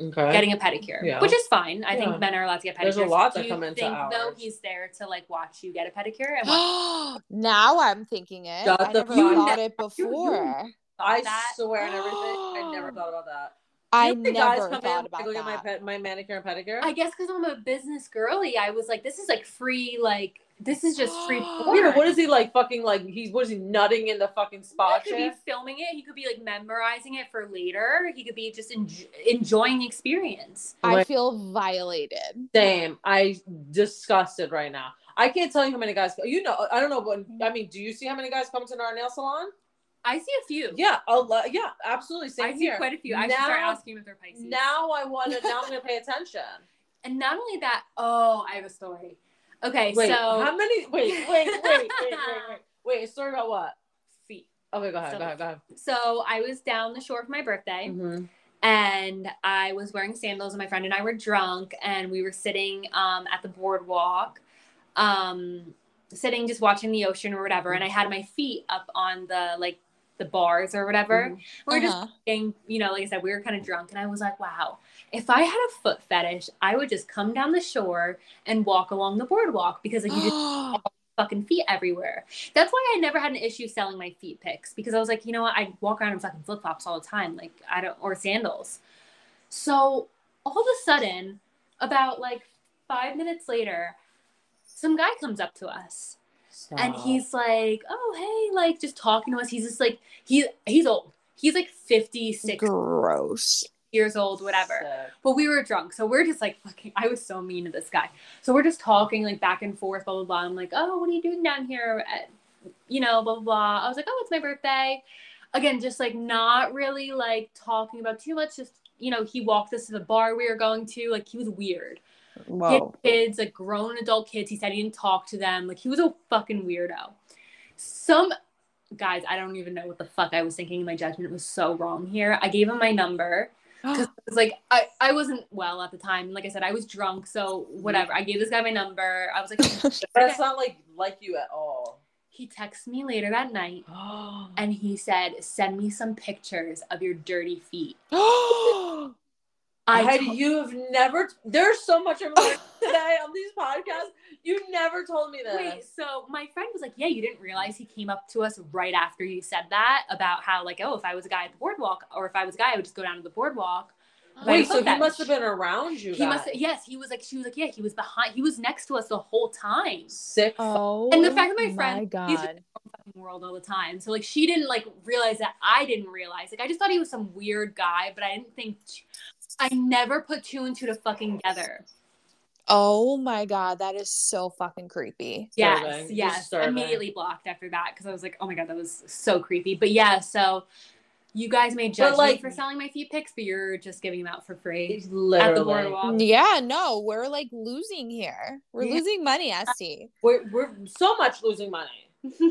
[SPEAKER 2] Okay.
[SPEAKER 3] getting a pedicure,
[SPEAKER 2] Yeah.
[SPEAKER 3] which is fine. I
[SPEAKER 2] Yeah.
[SPEAKER 3] think men are allowed to get pedicures.
[SPEAKER 2] There's a lot
[SPEAKER 3] Do
[SPEAKER 2] that
[SPEAKER 3] you
[SPEAKER 2] come into
[SPEAKER 3] think though
[SPEAKER 2] ours.
[SPEAKER 3] he's there to like watch you get a
[SPEAKER 2] *gasps*
[SPEAKER 3] pedicure and watch
[SPEAKER 1] *gasps* now I'm thinking it.
[SPEAKER 2] Shut
[SPEAKER 1] I
[SPEAKER 2] the
[SPEAKER 1] never
[SPEAKER 2] fuck
[SPEAKER 1] thought
[SPEAKER 2] up.
[SPEAKER 1] it before.
[SPEAKER 2] I
[SPEAKER 3] that?
[SPEAKER 2] swear and everything,
[SPEAKER 3] *gasps*
[SPEAKER 2] I never thought about that.
[SPEAKER 1] I
[SPEAKER 2] You know the
[SPEAKER 1] never
[SPEAKER 2] come in,
[SPEAKER 1] thought
[SPEAKER 2] I
[SPEAKER 1] about
[SPEAKER 2] go get my
[SPEAKER 1] that.
[SPEAKER 2] pet, my manicure and pedicure.
[SPEAKER 3] I guess because I'm a business girly, I was like, this is like free, like this is just
[SPEAKER 2] *gasps*
[SPEAKER 3] free.
[SPEAKER 1] Yeah,
[SPEAKER 3] porn.
[SPEAKER 2] yeah, what is he like? Fucking like he's what is he nutting in the fucking spa
[SPEAKER 3] He could be
[SPEAKER 2] chair?
[SPEAKER 3] filming it. He could be like memorizing it for later. He could be just enj- enjoying the experience.
[SPEAKER 1] I
[SPEAKER 2] Like-
[SPEAKER 1] feel violated.
[SPEAKER 2] Damn, I disgusted right now. I can't tell you how many guys. You know, I don't know. But I mean, do you see how many guys come to our nail salon?
[SPEAKER 3] I see a few.
[SPEAKER 2] Yeah, a lot. Yeah, absolutely. Same
[SPEAKER 3] I see
[SPEAKER 2] here.
[SPEAKER 3] quite a few. I should
[SPEAKER 2] Now-
[SPEAKER 3] start asking if they're Pisces.
[SPEAKER 2] Now I want to. Now I'm gonna pay attention.
[SPEAKER 3] and not only that, oh, I have a story. *laughs* Okay,
[SPEAKER 2] Wait,
[SPEAKER 3] so
[SPEAKER 2] how many? Wait, wait, wait, wait, wait,
[SPEAKER 3] *laughs*
[SPEAKER 2] wait. Wait, it's story about what?
[SPEAKER 3] feet.
[SPEAKER 2] Okay, go ahead,
[SPEAKER 3] So-
[SPEAKER 2] go ahead, go ahead.
[SPEAKER 3] So I was down the shore for my birthday,
[SPEAKER 2] Mhm.
[SPEAKER 3] and I was wearing sandals, and my friend and I were drunk, and we were sitting um, at the boardwalk, um, sitting just watching the ocean or whatever. And I had my feet up on the like the bars or whatever.
[SPEAKER 2] Mhm.
[SPEAKER 3] We were just
[SPEAKER 1] Uh-huh.
[SPEAKER 3] being, you know, like I said, we were kind of drunk, and I was like, wow, if I had a foot fetish, I would just come down the shore and walk along the boardwalk because like you just *gasps* fucking feet everywhere. That's why I never had an issue selling my feet pics because I was like, you know what, I walk around in fucking flip flops all the time, like I don't or sandals. So all of a sudden, about like five minutes later, some guy comes up to us and
[SPEAKER 2] Stop.
[SPEAKER 3] he's like, "Oh hey," like just talking to us. He's just like he he's old. He's like fifty six
[SPEAKER 1] gross.
[SPEAKER 3] years old, whatever.
[SPEAKER 2] Sick.
[SPEAKER 3] But we were drunk, so we're just like fucking. I was so mean to this guy. So we're just talking like back and forth, blah blah blah. I'm like, oh, what are you doing down here? At, you know, blah blah blah. I was like, oh, it's my birthday. Again, just like not really like talking about too much. Just you know, he walked us to the bar we were going to. Like he was weird. He had
[SPEAKER 1] Whoa. *laughs*
[SPEAKER 3] kids, like grown adult kids. He said he didn't talk to them. Like he was a fucking weirdo. Some guys, I don't even know what the fuck I was thinking. My judgment was so wrong here. I gave him my number because it was like I, I wasn't well at the time. Like I said, I was drunk, so whatever. I gave this guy my number. I
[SPEAKER 1] *laughs*
[SPEAKER 3] was like,
[SPEAKER 2] That's not like like you at all.
[SPEAKER 3] he texts me later that night,
[SPEAKER 2] Oh.
[SPEAKER 3] and he said, "Send me some pictures of your dirty feet." I
[SPEAKER 2] I
[SPEAKER 3] told-
[SPEAKER 2] you have never. There's so much I'm
[SPEAKER 3] *laughs*
[SPEAKER 2] learning today on these podcasts. You never told me this.
[SPEAKER 3] wait. So my friend was like, "Yeah, you didn't realize he came up to us right after you said that about how like, oh, if I was a guy at the boardwalk, or if I was a guy, I would just go down to the boardwalk."
[SPEAKER 2] Wait,
[SPEAKER 3] Wait,
[SPEAKER 2] so he
[SPEAKER 3] okay.
[SPEAKER 2] must have been around you.
[SPEAKER 3] He must.
[SPEAKER 2] guys.
[SPEAKER 3] Yes, he was like, she was like, yeah, he was behind. He was next to us the whole time.
[SPEAKER 2] sick.
[SPEAKER 1] *gasps* oh.
[SPEAKER 3] And the fact that my friend- he's just-
[SPEAKER 1] God.
[SPEAKER 3] fucking world all the time. So like she didn't like realize that I didn't realize. Like I just thought he was some weird guy, but I didn't think I never put two and two to fucking together.
[SPEAKER 1] Oh my god, that is so fucking creepy.
[SPEAKER 3] Yes,
[SPEAKER 2] Disturbing.
[SPEAKER 3] yes.
[SPEAKER 2] Disturbing.
[SPEAKER 3] Immediately blocked after that because I was like, oh my god, that was so creepy. But yeah, so you guys may judge
[SPEAKER 2] like-
[SPEAKER 3] me for selling my feet pics, but you're just giving them out for free
[SPEAKER 2] He's
[SPEAKER 3] at the
[SPEAKER 2] Literally.
[SPEAKER 3] boardwalk.
[SPEAKER 1] Yeah, no, we're like losing here. We're
[SPEAKER 3] Yeah.
[SPEAKER 1] losing money, ST.
[SPEAKER 2] We're, we're so much losing money.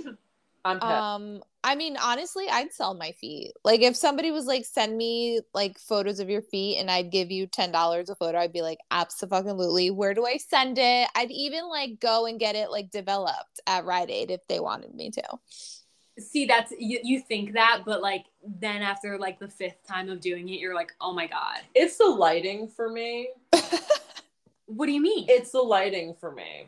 [SPEAKER 2] I'm pissed.
[SPEAKER 1] Um, I mean, honestly, I'd sell my feet. Like, if somebody was like, send me like photos of your feet and I'd give you $10 a photo, I'd be like, absolutely. Where do I send it? I'd even like go and get it like developed at Rite Aid if they wanted me to.
[SPEAKER 3] See, that's you, you think that, but like then after like the fifth time of doing it, you're like, oh my god,
[SPEAKER 2] It's the lighting for me.
[SPEAKER 3] what do you mean?
[SPEAKER 2] It's the lighting for me.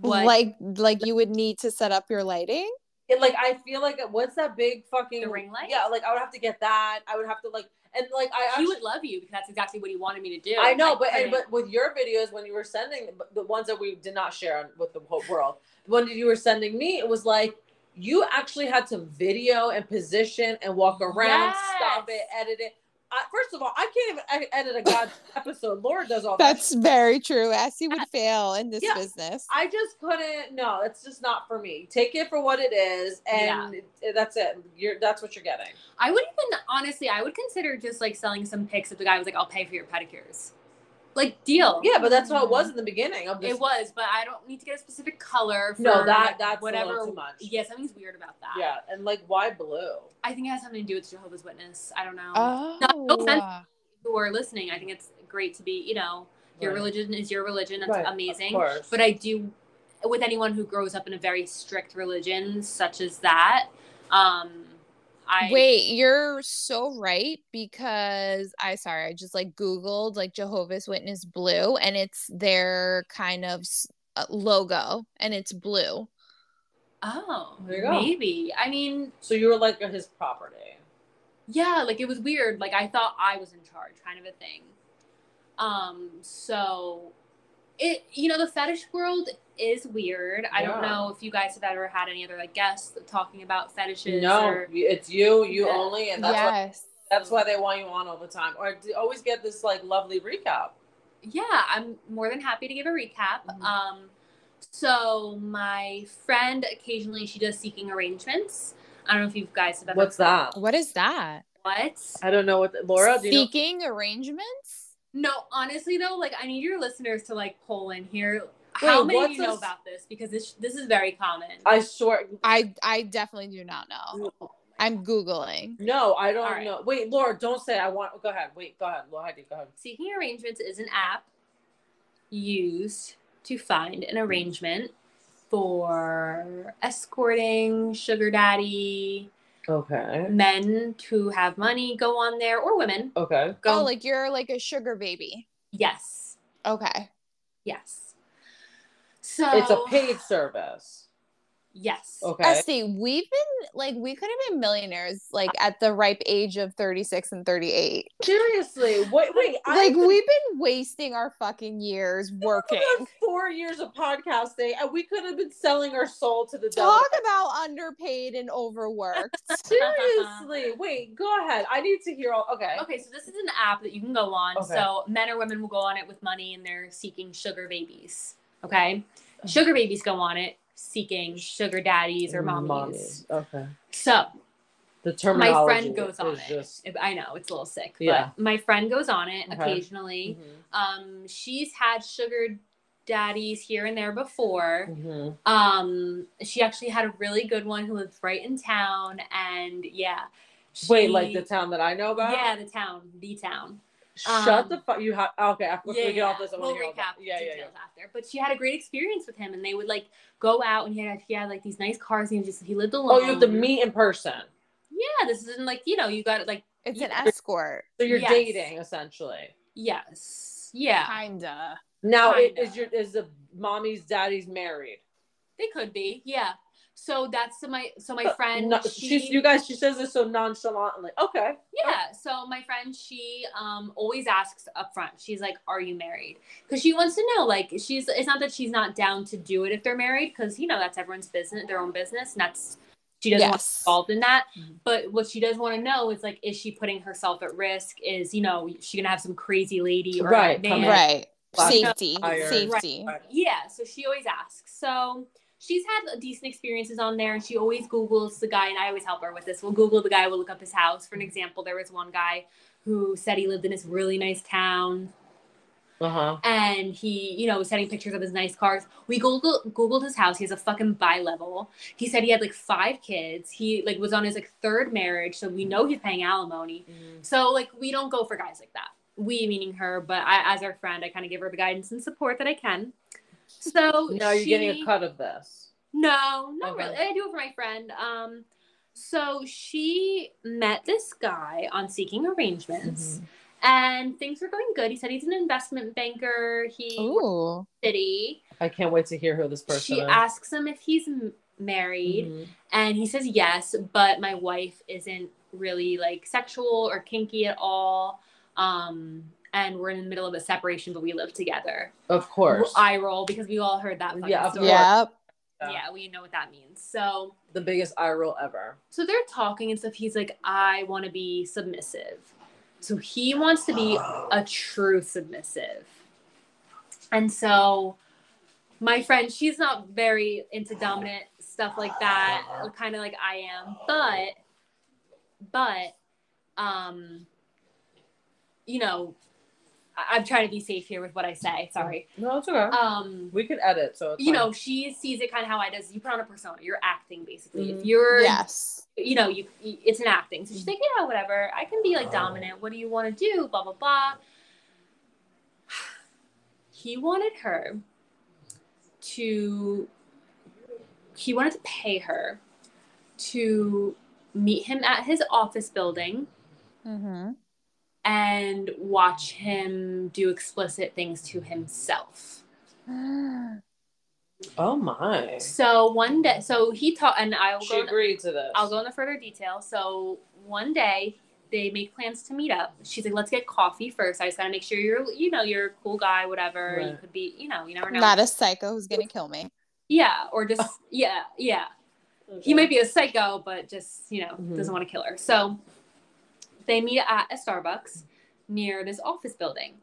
[SPEAKER 3] what?
[SPEAKER 1] Like, like you would need to set up your lighting.
[SPEAKER 2] It, like I feel like what's that big fucking
[SPEAKER 3] The ring light?
[SPEAKER 2] Yeah, like I would have to get that. I would have to like and like I
[SPEAKER 3] he
[SPEAKER 2] actually,
[SPEAKER 3] would love you because that's exactly what he wanted me to do.
[SPEAKER 2] I know, but and,
[SPEAKER 3] couldn't.
[SPEAKER 2] but with your videos when you were sending but the ones that we did not share on, with the whole world, when you were sending me, it was like you actually had to video and position and walk around, stop it,
[SPEAKER 3] Yes.
[SPEAKER 2] edit it. I, first of all, I can't even e- edit a god
[SPEAKER 3] *laughs*
[SPEAKER 2] episode. Laura does all that.
[SPEAKER 1] That's very true. ST would fail in this
[SPEAKER 2] Yeah.
[SPEAKER 1] business.
[SPEAKER 2] I just couldn't. No, that's just not for me. Take it for what it is, and that's it. You're that's what you're getting.
[SPEAKER 3] I would even honestly, I would consider just like selling some pics if the guy was like, "I'll pay for your pedicures," like deal.
[SPEAKER 2] Yeah, but that's how it was in the beginning. Of this
[SPEAKER 3] it was, but I don't need to get a specific color. For,
[SPEAKER 2] No, that
[SPEAKER 3] like,
[SPEAKER 2] that's whatever.
[SPEAKER 3] whatever.
[SPEAKER 2] too much.
[SPEAKER 3] Yeah, something's weird about that.
[SPEAKER 2] Yeah, and like why blue?
[SPEAKER 3] I think it has something to do with Jehovah's Witness. I don't know.
[SPEAKER 1] Oh,
[SPEAKER 3] Um, no offense. Who are listening? I think it's great to be. You know, your
[SPEAKER 2] Right.
[SPEAKER 3] religion is your religion. That's
[SPEAKER 2] Right, of
[SPEAKER 3] amazing.
[SPEAKER 2] course.
[SPEAKER 3] But I do, with anyone who grows up in a very strict religion such as that, um, I
[SPEAKER 1] Wait, you're so right because I sorry, I just like googled like Jehovah's Witness blue and it's their kind of s- uh, logo and it's blue.
[SPEAKER 3] Oh,
[SPEAKER 2] There you go.
[SPEAKER 3] maybe. I mean,
[SPEAKER 2] So you were like his property.
[SPEAKER 3] yeah, like it was weird. Like I thought I was in charge, kind of a thing. Um, so it you know, the fetish world is weird. I don't
[SPEAKER 2] Yeah.
[SPEAKER 3] know if you guys have ever had any other like guests talking about fetishes
[SPEAKER 2] no,
[SPEAKER 3] or
[SPEAKER 2] it's you, you
[SPEAKER 3] Yeah.
[SPEAKER 2] only, and that's why,
[SPEAKER 1] yes.
[SPEAKER 2] that's why they want you on all the time, or to always get this like lovely recap.
[SPEAKER 3] yeah, I'm more than happy to give a recap.
[SPEAKER 2] Mhm.
[SPEAKER 3] Um, so my friend occasionally she does seeking arrangements. I don't know if you guys have ever
[SPEAKER 2] What's that?
[SPEAKER 1] What is that?
[SPEAKER 3] what?
[SPEAKER 2] I don't know what Laura. Do you know?
[SPEAKER 1] Seeking arrangements?
[SPEAKER 3] No, honestly though, like I need your listeners to like pull in here. How
[SPEAKER 2] Wait,
[SPEAKER 3] many
[SPEAKER 2] what's
[SPEAKER 3] of you know
[SPEAKER 2] this-
[SPEAKER 3] about this? Because this this is very common.
[SPEAKER 2] I swear.
[SPEAKER 1] I I definitely do not know. I'm googling.
[SPEAKER 2] No, I don't
[SPEAKER 3] All right.
[SPEAKER 2] know. Wait, Laura, don't say. I want. Go ahead. Wait, go ahead. Laura, Heidi, go ahead.
[SPEAKER 3] Seeking Arrangements is an app used to find an arrangement for escorting sugar daddy
[SPEAKER 2] Okay.
[SPEAKER 3] men who have money go on there or women.
[SPEAKER 2] Okay.
[SPEAKER 3] Go.
[SPEAKER 1] Oh, like you're like a sugar baby.
[SPEAKER 3] yes.
[SPEAKER 1] Okay.
[SPEAKER 3] Yes. So
[SPEAKER 2] It's a paid service.
[SPEAKER 3] Yes.
[SPEAKER 2] Okay.
[SPEAKER 1] Esty, we've been like we could have been millionaires like at the ripe age of 36 and 38.
[SPEAKER 2] Seriously, wait, wait.
[SPEAKER 1] like
[SPEAKER 2] I've been-
[SPEAKER 1] we've been wasting our fucking *laughs* years
[SPEAKER 2] we've
[SPEAKER 1] working.
[SPEAKER 2] done four years of podcasting, and we could have been selling our soul to the devil.
[SPEAKER 1] Talk about underpaid and overworked.
[SPEAKER 2] Seriously, wait. Go ahead. I need to hear all. Okay.
[SPEAKER 3] Okay, so this is an app that you can go on.
[SPEAKER 2] Okay.
[SPEAKER 3] So men or women will go on it with money and they're seeking sugar babies. Okay?
[SPEAKER 2] Oh.
[SPEAKER 3] Sugar babies go on it seeking sugar daddies or mommies.
[SPEAKER 2] Mm, Mommies. Okay.
[SPEAKER 3] So
[SPEAKER 2] The
[SPEAKER 3] my
[SPEAKER 2] terminology.
[SPEAKER 3] friend goes on
[SPEAKER 2] is
[SPEAKER 3] it.
[SPEAKER 2] Just,
[SPEAKER 3] I know it's a little sick, but
[SPEAKER 2] Yeah. Uh-huh. Mm-hmm.
[SPEAKER 3] my friend goes on it
[SPEAKER 2] Okay.
[SPEAKER 3] occasionally. Um, she's had sugar daddies here and there before.
[SPEAKER 2] Mhm.
[SPEAKER 3] Um, she actually had a really good one who lived right in town, and yeah.
[SPEAKER 2] Wait,
[SPEAKER 3] she-
[SPEAKER 2] like the town that I know about?
[SPEAKER 3] yeah, the town, the town.
[SPEAKER 2] Shut
[SPEAKER 3] um,
[SPEAKER 2] the fuck. You have. Okay. After we get off this, I
[SPEAKER 3] We'll
[SPEAKER 2] want to hear all
[SPEAKER 3] recap
[SPEAKER 2] that. Yeah,
[SPEAKER 3] the
[SPEAKER 2] yeah,
[SPEAKER 3] details after. But she had a great experience with him, and they would like go out, and he had he had like these nice cars, and he just he lived alone.
[SPEAKER 2] Oh, you have to meet in person.
[SPEAKER 3] Yeah, this isn't like you know you got like
[SPEAKER 1] *laughs* It's an escort.
[SPEAKER 2] So you're
[SPEAKER 3] Yes.
[SPEAKER 2] dating essentially.
[SPEAKER 3] yes, yeah,
[SPEAKER 1] Kinda.
[SPEAKER 2] Now, it,
[SPEAKER 3] Kinda.
[SPEAKER 2] is your is the mommy's daddy's married?
[SPEAKER 3] they could be, yeah. So that's the- my so my friend
[SPEAKER 2] Uh, No,
[SPEAKER 3] she,
[SPEAKER 2] she's you guys. She says this so nonchalantly. Okay.
[SPEAKER 3] yeah. So my friend she um always asks up front. She's like, "Are you married?" Because she wants to know. Like she's it's not that she's not down to do it if they're married, because you know that's everyone's business, their own business, and that's she doesn't want
[SPEAKER 1] Yes.
[SPEAKER 3] involved in that.
[SPEAKER 2] Mhm.
[SPEAKER 3] But what she does want to know is like, is she putting herself at risk? Is you know is she gonna have some crazy lady or
[SPEAKER 2] Right,
[SPEAKER 3] man?
[SPEAKER 2] Yeah.
[SPEAKER 1] Right.
[SPEAKER 2] Black
[SPEAKER 1] Safety.
[SPEAKER 2] tires.
[SPEAKER 1] Safety.
[SPEAKER 2] Right.
[SPEAKER 3] Yeah, so she always asks. So she's had decent experiences on there, and she always Googles the guy, and I always help her with this. We'll Google the guy, we'll look up his house. For an example, there was one guy who said he lived in this really nice town,
[SPEAKER 2] Uh huh.
[SPEAKER 3] and he, you know, was sending pictures of his nice cars. We Google, Googled his house. He has a fucking bi-level. He said he had like five kids. He like was on his like third marriage, so we know he's paying alimony. So like we don't go for guys like that. We meaning her, but I, as our friend, I kind of give her the guidance and support that I can. So
[SPEAKER 2] *laughs* Now you're
[SPEAKER 3] she-
[SPEAKER 2] getting a cut of this.
[SPEAKER 3] No, not
[SPEAKER 2] Okay.
[SPEAKER 3] really. I do it for my friend. Um, so she met this guy on Seeking Arrangements,
[SPEAKER 2] Mm-hmm.
[SPEAKER 3] and things were going good. He said he's an investment banker. He works
[SPEAKER 1] Ooh.
[SPEAKER 3] in the city.
[SPEAKER 2] I can't wait to hear who this person
[SPEAKER 3] She
[SPEAKER 2] is.
[SPEAKER 3] asks him if he's m- married,
[SPEAKER 2] Mhm.
[SPEAKER 3] and he says yes, but my wife isn't really like sexual or kinky at all. Um, and we're in the middle of a separation, but we live together.
[SPEAKER 2] Of course.
[SPEAKER 3] Eye roll because we all heard that. Fucking
[SPEAKER 2] Yeah, of
[SPEAKER 3] story.
[SPEAKER 2] course.
[SPEAKER 1] Yep.
[SPEAKER 2] Yeah.
[SPEAKER 3] yeah, we know what that means. So,
[SPEAKER 2] the biggest eye roll ever.
[SPEAKER 3] so they're talking and stuff. He's like, I want to be submissive. So he wants to be a true submissive. And so my friend, she's not very into dominant stuff like that, kind of like I am, but but um you know, I- I'm trying to be safe here with what I say. Sorry.
[SPEAKER 2] No, it's okay.
[SPEAKER 3] Um
[SPEAKER 2] we can edit. So it's
[SPEAKER 3] you
[SPEAKER 2] fine.
[SPEAKER 3] know, she sees it kind of how I does. You put on a persona. You're acting basically.
[SPEAKER 2] Mhm.
[SPEAKER 3] If you're
[SPEAKER 1] Yes.
[SPEAKER 3] you know, you it's an acting. So she's like, yeah, whatever. I can be like dominant. What do you want to do? Blah blah blah. *sighs* He wanted her to. He wanted to pay her to meet him at his office building
[SPEAKER 1] Mm-hmm.
[SPEAKER 3] and watch him do explicit things to himself.
[SPEAKER 2] Oh my.
[SPEAKER 3] So one day, so he taught, and I will
[SPEAKER 2] She
[SPEAKER 3] go.
[SPEAKER 2] agreed to this.
[SPEAKER 3] I'll go into further detail. So one day they make plans to meet up. She's like, "Let's get coffee first. I just gotta make sure you're, you know, you're a cool guy, whatever. You
[SPEAKER 2] Right.
[SPEAKER 3] could be, you know, you never know.
[SPEAKER 1] Not a psycho who's gonna kill me.
[SPEAKER 3] yeah, or just yeah, yeah. He might be a psycho, but just you know,
[SPEAKER 2] Mhm.
[SPEAKER 3] doesn't want to kill her. So they meet at a Starbucks near this office building,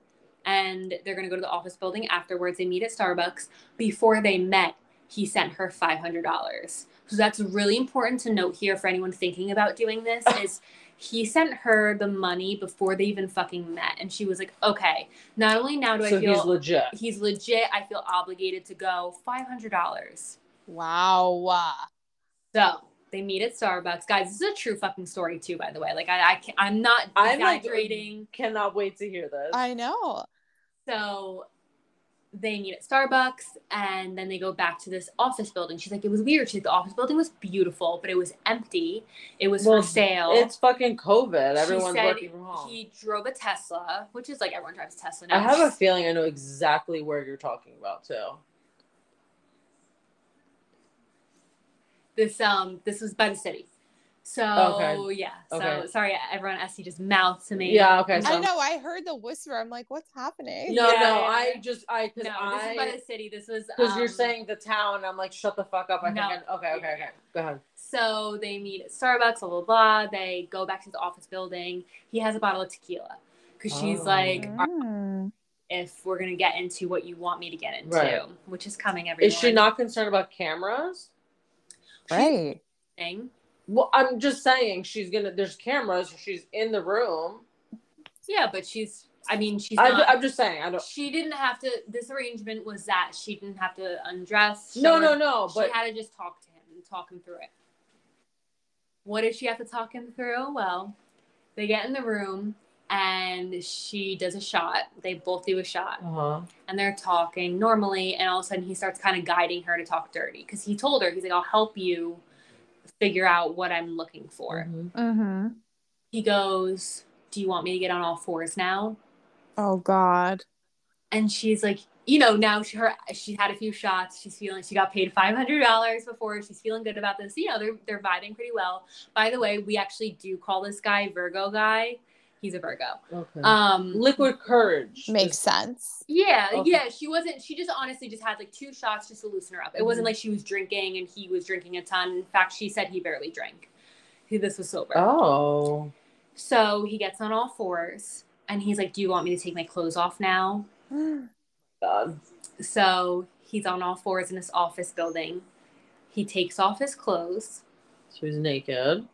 [SPEAKER 3] and they're gonna go to the office building afterwards. They meet at Starbucks. Before they met, he sent her
[SPEAKER 2] *coughs*
[SPEAKER 3] five hundred dollars. So that's really important to note here for anyone thinking about doing this is He sent her the money before they even fucking met, and she was like, "Okay, not only now do
[SPEAKER 2] so
[SPEAKER 3] I
[SPEAKER 2] he's
[SPEAKER 3] feel
[SPEAKER 2] legit.
[SPEAKER 3] he's legit, I feel obligated to go five hundred dollars."
[SPEAKER 1] Wow.
[SPEAKER 3] So they meet at Starbucks, guys. This is a true fucking story too, by the way. Like I, I can, I'm not
[SPEAKER 2] I'm like-
[SPEAKER 3] exaggerating.
[SPEAKER 2] Cannot wait to hear this.
[SPEAKER 1] I know.
[SPEAKER 3] So they meet at Starbucks and then they go back to this office building. She's like, it was weird. She's like, the office building was beautiful, but it was empty. It was
[SPEAKER 2] Well,
[SPEAKER 3] for sale.
[SPEAKER 2] it's fucking COVID.
[SPEAKER 3] She
[SPEAKER 2] Everyone's
[SPEAKER 3] said
[SPEAKER 2] working from home.
[SPEAKER 3] He drove a Tesla, which is like everyone drives a Tesla
[SPEAKER 2] I
[SPEAKER 3] now.
[SPEAKER 2] have a feeling I know exactly where you're talking about too.
[SPEAKER 3] this um this was by the city. So
[SPEAKER 2] Okay.
[SPEAKER 3] yeah. So
[SPEAKER 2] Okay.
[SPEAKER 3] sorry, everyone SC just mouths to me.
[SPEAKER 2] Yeah. Okay. So
[SPEAKER 1] I know. I heard the whisper. I'm like, what's happening?
[SPEAKER 2] No,
[SPEAKER 3] Yeah,
[SPEAKER 2] no.
[SPEAKER 3] yeah,
[SPEAKER 2] I
[SPEAKER 3] yeah.
[SPEAKER 2] just I
[SPEAKER 3] No,
[SPEAKER 2] because
[SPEAKER 3] this is by
[SPEAKER 2] I
[SPEAKER 3] the city. This was
[SPEAKER 2] because you're
[SPEAKER 3] um,
[SPEAKER 2] saying the town. I'm like, shut the fuck up. I
[SPEAKER 3] No.
[SPEAKER 2] think. I, okay. Okay. Okay. Go ahead.
[SPEAKER 3] So they meet at Starbucks, blah blah blah. They go back to his office building. He has a bottle of tequila because she's
[SPEAKER 2] Oh.
[SPEAKER 3] like,
[SPEAKER 1] Mm.
[SPEAKER 3] if we're gonna get into what you want me to get into,
[SPEAKER 2] Right.
[SPEAKER 3] which is coming every
[SPEAKER 2] Is she not concerned about cameras?
[SPEAKER 1] Right.
[SPEAKER 3] thing.
[SPEAKER 2] Well, I'm just saying she's gonna. There's cameras. She's in the room.
[SPEAKER 3] Yeah, but she's. I mean, she's
[SPEAKER 2] I,
[SPEAKER 3] not.
[SPEAKER 2] I'm just saying. I don't.
[SPEAKER 3] she didn't have to. This arrangement was that she didn't have to undress.
[SPEAKER 2] No, no,
[SPEAKER 3] shower-
[SPEAKER 2] no.
[SPEAKER 3] She
[SPEAKER 2] But
[SPEAKER 3] had to just talk to him and talk him through it. What did she have to talk him through? Well, they get in the room and she does a shot. They both do a shot.
[SPEAKER 2] uh-huh.
[SPEAKER 3] and they're talking normally and all of a sudden he starts kind of guiding her to talk dirty because he told her he's like i'll help you figure out what i'm looking for
[SPEAKER 2] Mhm.
[SPEAKER 1] Mm-hmm.
[SPEAKER 3] he goes do you want me to get on all fours now
[SPEAKER 1] Oh God.
[SPEAKER 3] and she's like you know now she, her she had a few shots she's feeling she got paid $500 before she's feeling good about this you know they're, they're vibing pretty well by the way we actually do call this guy virgo guy he's a virgo
[SPEAKER 2] Okay.
[SPEAKER 3] um
[SPEAKER 2] Liquid courage
[SPEAKER 1] Makes
[SPEAKER 2] is-
[SPEAKER 1] sense.
[SPEAKER 3] Yeah,
[SPEAKER 2] Okay.
[SPEAKER 3] yeah. She wasn't. She just honestly just had like two shots just to loosen her up. It
[SPEAKER 2] Mm-hmm.
[SPEAKER 3] wasn't like she was drinking and he was drinking a ton. In fact, she said he barely drank. He, this was sober.
[SPEAKER 2] Oh.
[SPEAKER 3] So he gets on all fours and he's like, "Do you want me to take my clothes off now?"
[SPEAKER 2] God.
[SPEAKER 3] So he's on all fours in this office building. He takes off his clothes.
[SPEAKER 2] So he's naked.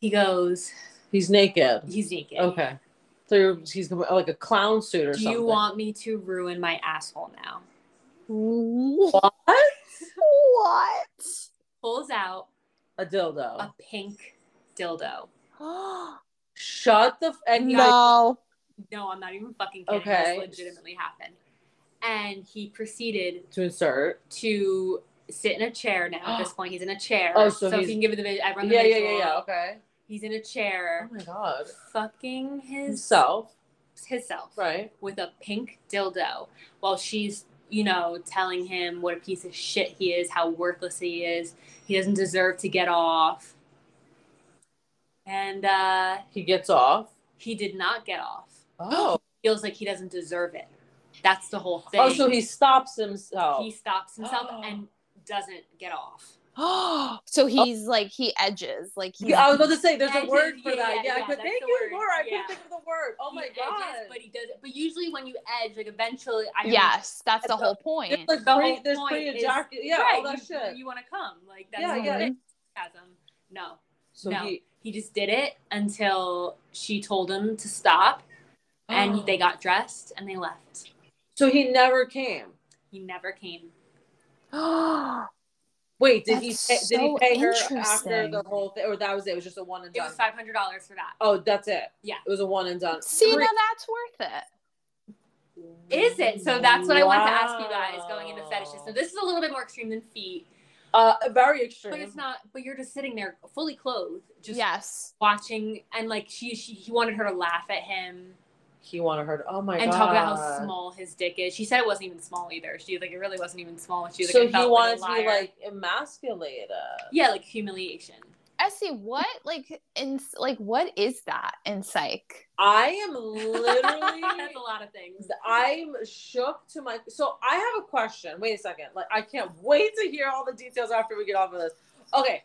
[SPEAKER 3] He goes.
[SPEAKER 2] He's naked.
[SPEAKER 3] He's naked.
[SPEAKER 2] Okay. So you're, he's gonna- like a clown suit or
[SPEAKER 3] Do
[SPEAKER 2] something.
[SPEAKER 3] you want me to ruin my asshole now?
[SPEAKER 1] what?
[SPEAKER 2] What?
[SPEAKER 1] *gasps*
[SPEAKER 3] Pulls out
[SPEAKER 2] a dildo?
[SPEAKER 3] a pink dildo.
[SPEAKER 2] Shut the f- and he-
[SPEAKER 1] no.
[SPEAKER 3] No, I'm not even fucking kidding.
[SPEAKER 2] Okay.
[SPEAKER 3] This legitimately happened. And he proceeded
[SPEAKER 2] to insert.
[SPEAKER 3] to sit in a chair now.
[SPEAKER 2] *gasps*
[SPEAKER 3] At this point, he's in a chair.
[SPEAKER 2] Oh, so
[SPEAKER 3] if
[SPEAKER 2] he's-
[SPEAKER 3] you can give it the video. Everyone the
[SPEAKER 2] Yeah, yeah, yeah,
[SPEAKER 3] visual.
[SPEAKER 2] yeah. Okay.
[SPEAKER 3] He's in a
[SPEAKER 2] Oh
[SPEAKER 3] chair,
[SPEAKER 2] my god.
[SPEAKER 3] fucking his
[SPEAKER 2] Himself,
[SPEAKER 3] himself
[SPEAKER 2] right?
[SPEAKER 3] with a pink dildo while she's, you know, telling him what a piece of shit he is, how worthless he is. He doesn't deserve to get off. And uh,
[SPEAKER 2] He gets off.
[SPEAKER 3] he did not get off.
[SPEAKER 2] Oh.
[SPEAKER 3] Feels like he doesn't deserve it. That's the whole thing.
[SPEAKER 2] Oh, so he stops himself. *gasps*
[SPEAKER 3] he stops himself
[SPEAKER 2] Oh.
[SPEAKER 3] and doesn't get off.
[SPEAKER 1] so he's like he edges. Like he's
[SPEAKER 2] Yeah, I was about to say there's a
[SPEAKER 3] Edges,
[SPEAKER 2] word for
[SPEAKER 3] yeah,
[SPEAKER 2] that.
[SPEAKER 3] yeah,
[SPEAKER 2] Yeah,
[SPEAKER 3] yeah,
[SPEAKER 2] I could
[SPEAKER 3] that's
[SPEAKER 2] thank
[SPEAKER 3] the
[SPEAKER 2] you
[SPEAKER 3] word,
[SPEAKER 2] more. I
[SPEAKER 3] yeah.
[SPEAKER 2] couldn't think of the word. Oh my
[SPEAKER 3] He edges,
[SPEAKER 2] god.
[SPEAKER 3] but he does. But usually, when you edge, like eventually, I mean,
[SPEAKER 1] yes, that's the
[SPEAKER 2] That's
[SPEAKER 1] whole
[SPEAKER 2] There's
[SPEAKER 1] point.
[SPEAKER 2] like
[SPEAKER 3] The
[SPEAKER 2] pre,
[SPEAKER 3] whole
[SPEAKER 2] there's
[SPEAKER 3] point
[SPEAKER 2] pre
[SPEAKER 3] is-
[SPEAKER 2] ejaculate. Yeah,
[SPEAKER 3] right,
[SPEAKER 2] all that
[SPEAKER 3] you,
[SPEAKER 2] shit.
[SPEAKER 3] You want to come, like that's
[SPEAKER 2] Yeah,
[SPEAKER 3] what
[SPEAKER 2] yeah.
[SPEAKER 3] it is, orgasm. No,
[SPEAKER 2] so
[SPEAKER 3] no.
[SPEAKER 2] he
[SPEAKER 3] he just did it until she told him to stop,
[SPEAKER 2] Oh.
[SPEAKER 3] and they got dressed and they left.
[SPEAKER 2] So he never came.
[SPEAKER 3] He never came.
[SPEAKER 2] Wait, did
[SPEAKER 1] That's
[SPEAKER 2] he pay, did he
[SPEAKER 1] so
[SPEAKER 2] pay her after the
[SPEAKER 1] interesting.
[SPEAKER 2] whole thing, or that was it? It was just a one and
[SPEAKER 3] It
[SPEAKER 2] done.
[SPEAKER 3] was five hundred dollars for that.
[SPEAKER 2] Oh, that's it.
[SPEAKER 3] Yeah.
[SPEAKER 2] it was a one and
[SPEAKER 1] *gasps*
[SPEAKER 2] done.
[SPEAKER 1] See, now
[SPEAKER 2] Pre-
[SPEAKER 1] that's worth it.
[SPEAKER 3] Is it? So that's what I wanted to ask you guys going into
[SPEAKER 2] Wow.
[SPEAKER 3] fetishes. So this is a little bit more extreme than feet,
[SPEAKER 2] Uh, very extreme.
[SPEAKER 3] but it's not. But you're just sitting there fully clothed, just
[SPEAKER 1] yes.
[SPEAKER 3] watching and like she, she he wanted her to laugh at him
[SPEAKER 2] He wanted her to. Oh my
[SPEAKER 3] and
[SPEAKER 2] god.
[SPEAKER 3] talk about how small his dick is. She said it wasn't even small either. She like it really wasn't even small. She was,
[SPEAKER 2] so
[SPEAKER 3] like,
[SPEAKER 2] he
[SPEAKER 3] felt
[SPEAKER 2] wanted
[SPEAKER 3] like a
[SPEAKER 2] to be
[SPEAKER 3] liar.
[SPEAKER 2] like emasculated.
[SPEAKER 3] yeah, like humiliation. *laughs*
[SPEAKER 1] Essie, what like in like what is that in psych?
[SPEAKER 2] I am
[SPEAKER 3] *laughs* That's a
[SPEAKER 2] literally.
[SPEAKER 3] lot of things.
[SPEAKER 2] I'm shook to my. So I have a question. Wait a second. Like I can't wait to hear all the details after we get off of this. Okay.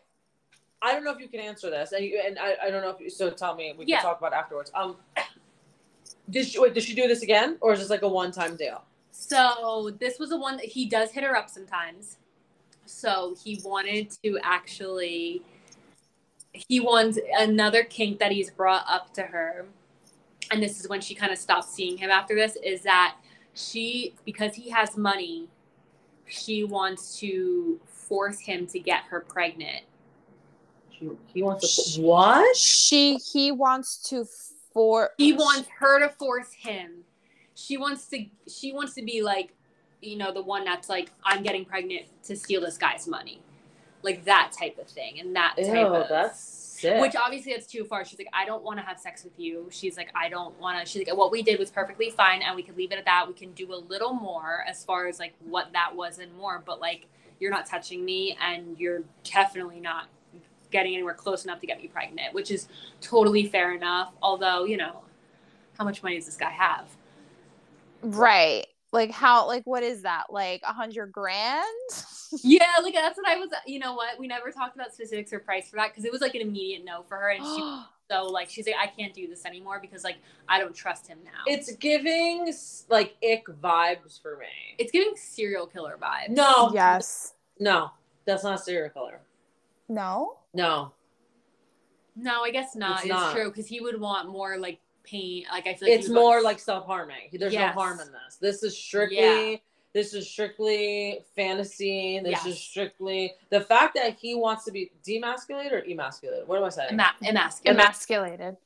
[SPEAKER 2] I don't know if you can answer this, and you, and I, I don't know if you. So tell me. We can
[SPEAKER 3] Yeah.
[SPEAKER 2] talk about it afterwards. Um. *coughs* Did she wait? Did she do this again, or is this like a one-time deal?
[SPEAKER 3] So this was the one that he does hit her up sometimes. So he wanted to actually he wants another kink that he's brought up to her and this is when she kind of stops seeing him after this is that she because he has money she wants to force him to get her pregnant
[SPEAKER 2] She, he wants to. What?
[SPEAKER 1] She he wants to for
[SPEAKER 3] he wants her to force him she wants to she wants to be like you know the one that's like i'm getting pregnant to steal this guy's money like that type of thing and that type
[SPEAKER 2] Ew,
[SPEAKER 3] of
[SPEAKER 2] that's sick.
[SPEAKER 3] Which obviously that's too far. She's like, I don't want to have sex with you. She's like, I don't want to. She's like, what we did was perfectly fine, and we could leave it at that. We can do a little more as far as like what that was and more, but like you're not touching me, and you're definitely not getting anywhere close enough to get me pregnant, which is totally fair enough. Although you know, how much money does this guy have?
[SPEAKER 1] right. Like how like what is that? Like a hundred grand?
[SPEAKER 3] Yeah, like that's what I was. You know what? We never talked about specifics or price for that because it was like an immediate no for her,
[SPEAKER 1] *gasps*
[SPEAKER 3] and she so like she's like i can't do this anymore because like i don't trust him now it's,
[SPEAKER 2] It's giving s- like ick vibes for me.
[SPEAKER 3] giving serial killer vibes
[SPEAKER 2] No,
[SPEAKER 1] *gasps* yes.
[SPEAKER 2] no, that's not serial killer.
[SPEAKER 1] No.
[SPEAKER 2] No,
[SPEAKER 3] no i guess not
[SPEAKER 2] It's
[SPEAKER 3] it's,
[SPEAKER 2] not.
[SPEAKER 3] true because he would want more like pain like i feel like
[SPEAKER 2] it's
[SPEAKER 3] he would
[SPEAKER 2] more like self harming. There's
[SPEAKER 3] Yes.
[SPEAKER 2] no harm in this. This is strictly.
[SPEAKER 3] Yeah.
[SPEAKER 2] This is strictly fantasy. This
[SPEAKER 3] Yes.
[SPEAKER 2] is strictly the fact that he wants to be demasculated or emasculated. What am I saying?
[SPEAKER 3] ema- emasculated
[SPEAKER 1] Emasculated.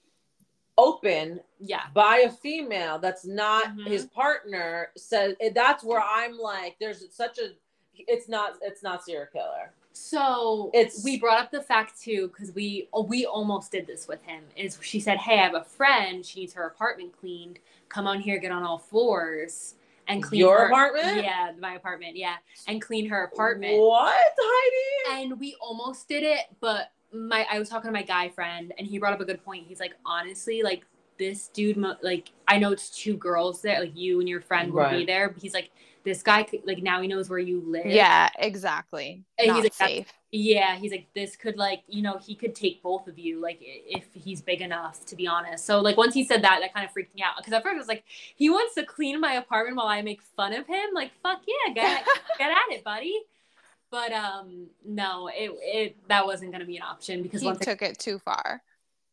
[SPEAKER 2] Open
[SPEAKER 3] yeah
[SPEAKER 2] by a female that's not
[SPEAKER 3] Mhm.
[SPEAKER 2] his partner says and that's where I'm like there's such a it's not it's not serial killer.
[SPEAKER 3] so
[SPEAKER 2] It's-
[SPEAKER 3] we brought up the fact too because we oh, we almost did this with him is she said hey i have a friend she needs her apartment cleaned come on here get on all fours and clean
[SPEAKER 2] Your
[SPEAKER 3] her-
[SPEAKER 2] apartment?
[SPEAKER 3] yeah my apartment yeah and clean her apartment
[SPEAKER 2] What, Heidi?
[SPEAKER 3] and we almost did it, but my I was talking to my guy friend, and he brought up a good point. He's like, honestly, like this dude, mo- like I know it's two girls there, like you and your friend will be
[SPEAKER 2] Right.
[SPEAKER 3] there. But he's like, this guy, could, like now he knows where you live.
[SPEAKER 1] Yeah, exactly.
[SPEAKER 3] And he's
[SPEAKER 1] Not
[SPEAKER 3] like, that's-
[SPEAKER 1] safe.
[SPEAKER 3] yeah. He's like, this could like you know he could take both of you, like i- if he's big enough. To be honest, so like once he said that, that kind of freaked me out because at first I was like, he wants to clean my apartment while I make fun of him. Like fuck yeah, guy
[SPEAKER 1] *laughs*
[SPEAKER 3] get at it, buddy. But um, no, it it that wasn't gonna be an option because
[SPEAKER 1] he
[SPEAKER 3] once I-
[SPEAKER 1] took it too far.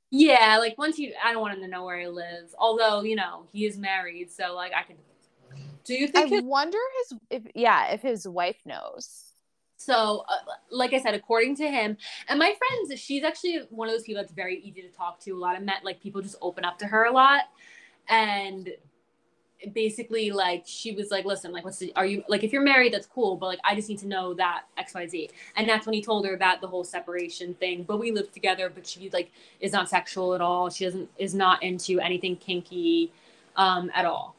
[SPEAKER 3] yeah, like once you, I don't want him to know where he lives. Although you know he is married, so like I can.
[SPEAKER 2] Do you think
[SPEAKER 1] I
[SPEAKER 2] his,
[SPEAKER 1] wonder his if yeah, if his wife knows.
[SPEAKER 3] So uh, like I said, according to him and my friends, she's actually one of those people that's very easy to talk to. A lot of met like people just open up to her a lot, and basically like she was like listen like what's the are you like if you're married that's cool but like i just need to know that xyz and that's when he told her about the whole separation thing but we live together but she like is not sexual at all she doesn't is not into anything kinky um at all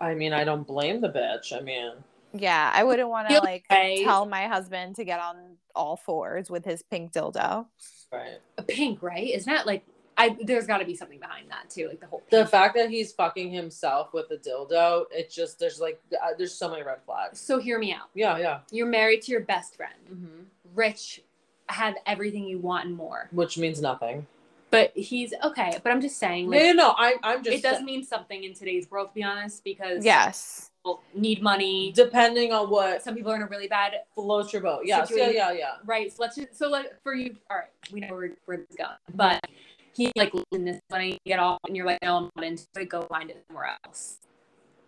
[SPEAKER 2] I mean, I don't blame the bitch. I mean,
[SPEAKER 1] Yeah, I wouldn't want to
[SPEAKER 3] Feel
[SPEAKER 1] like
[SPEAKER 3] right.
[SPEAKER 1] tell my husband to get on all fours with his pink dildo.
[SPEAKER 2] right.
[SPEAKER 3] pink right isn't that like i there's got to be something behind that too like the whole
[SPEAKER 2] The
[SPEAKER 3] pink.
[SPEAKER 2] fact that he's fucking himself with a dildo, it just there's like uh, there's so many red flags.
[SPEAKER 3] so hear me out
[SPEAKER 2] Yeah, yeah.
[SPEAKER 3] you're married to your best friend
[SPEAKER 2] Mm-hmm.
[SPEAKER 3] rich have everything you want and more
[SPEAKER 2] Which means nothing.
[SPEAKER 3] but he's okay but i'm just saying
[SPEAKER 2] No,
[SPEAKER 3] like
[SPEAKER 2] no, no. I'm I'm just
[SPEAKER 3] it does mean something in today's world to be honest because
[SPEAKER 1] Yes.
[SPEAKER 3] people need money.
[SPEAKER 2] depending on what
[SPEAKER 3] Some people are in a really bad
[SPEAKER 2] floats your boat. Yes, yeah,
[SPEAKER 3] Situation.
[SPEAKER 2] yeah, yeah.
[SPEAKER 3] right. So let's just so let for you. All right, we know where where this going, but he like listen this money get off, and you're like, no, I'm not into it. Go find it somewhere else.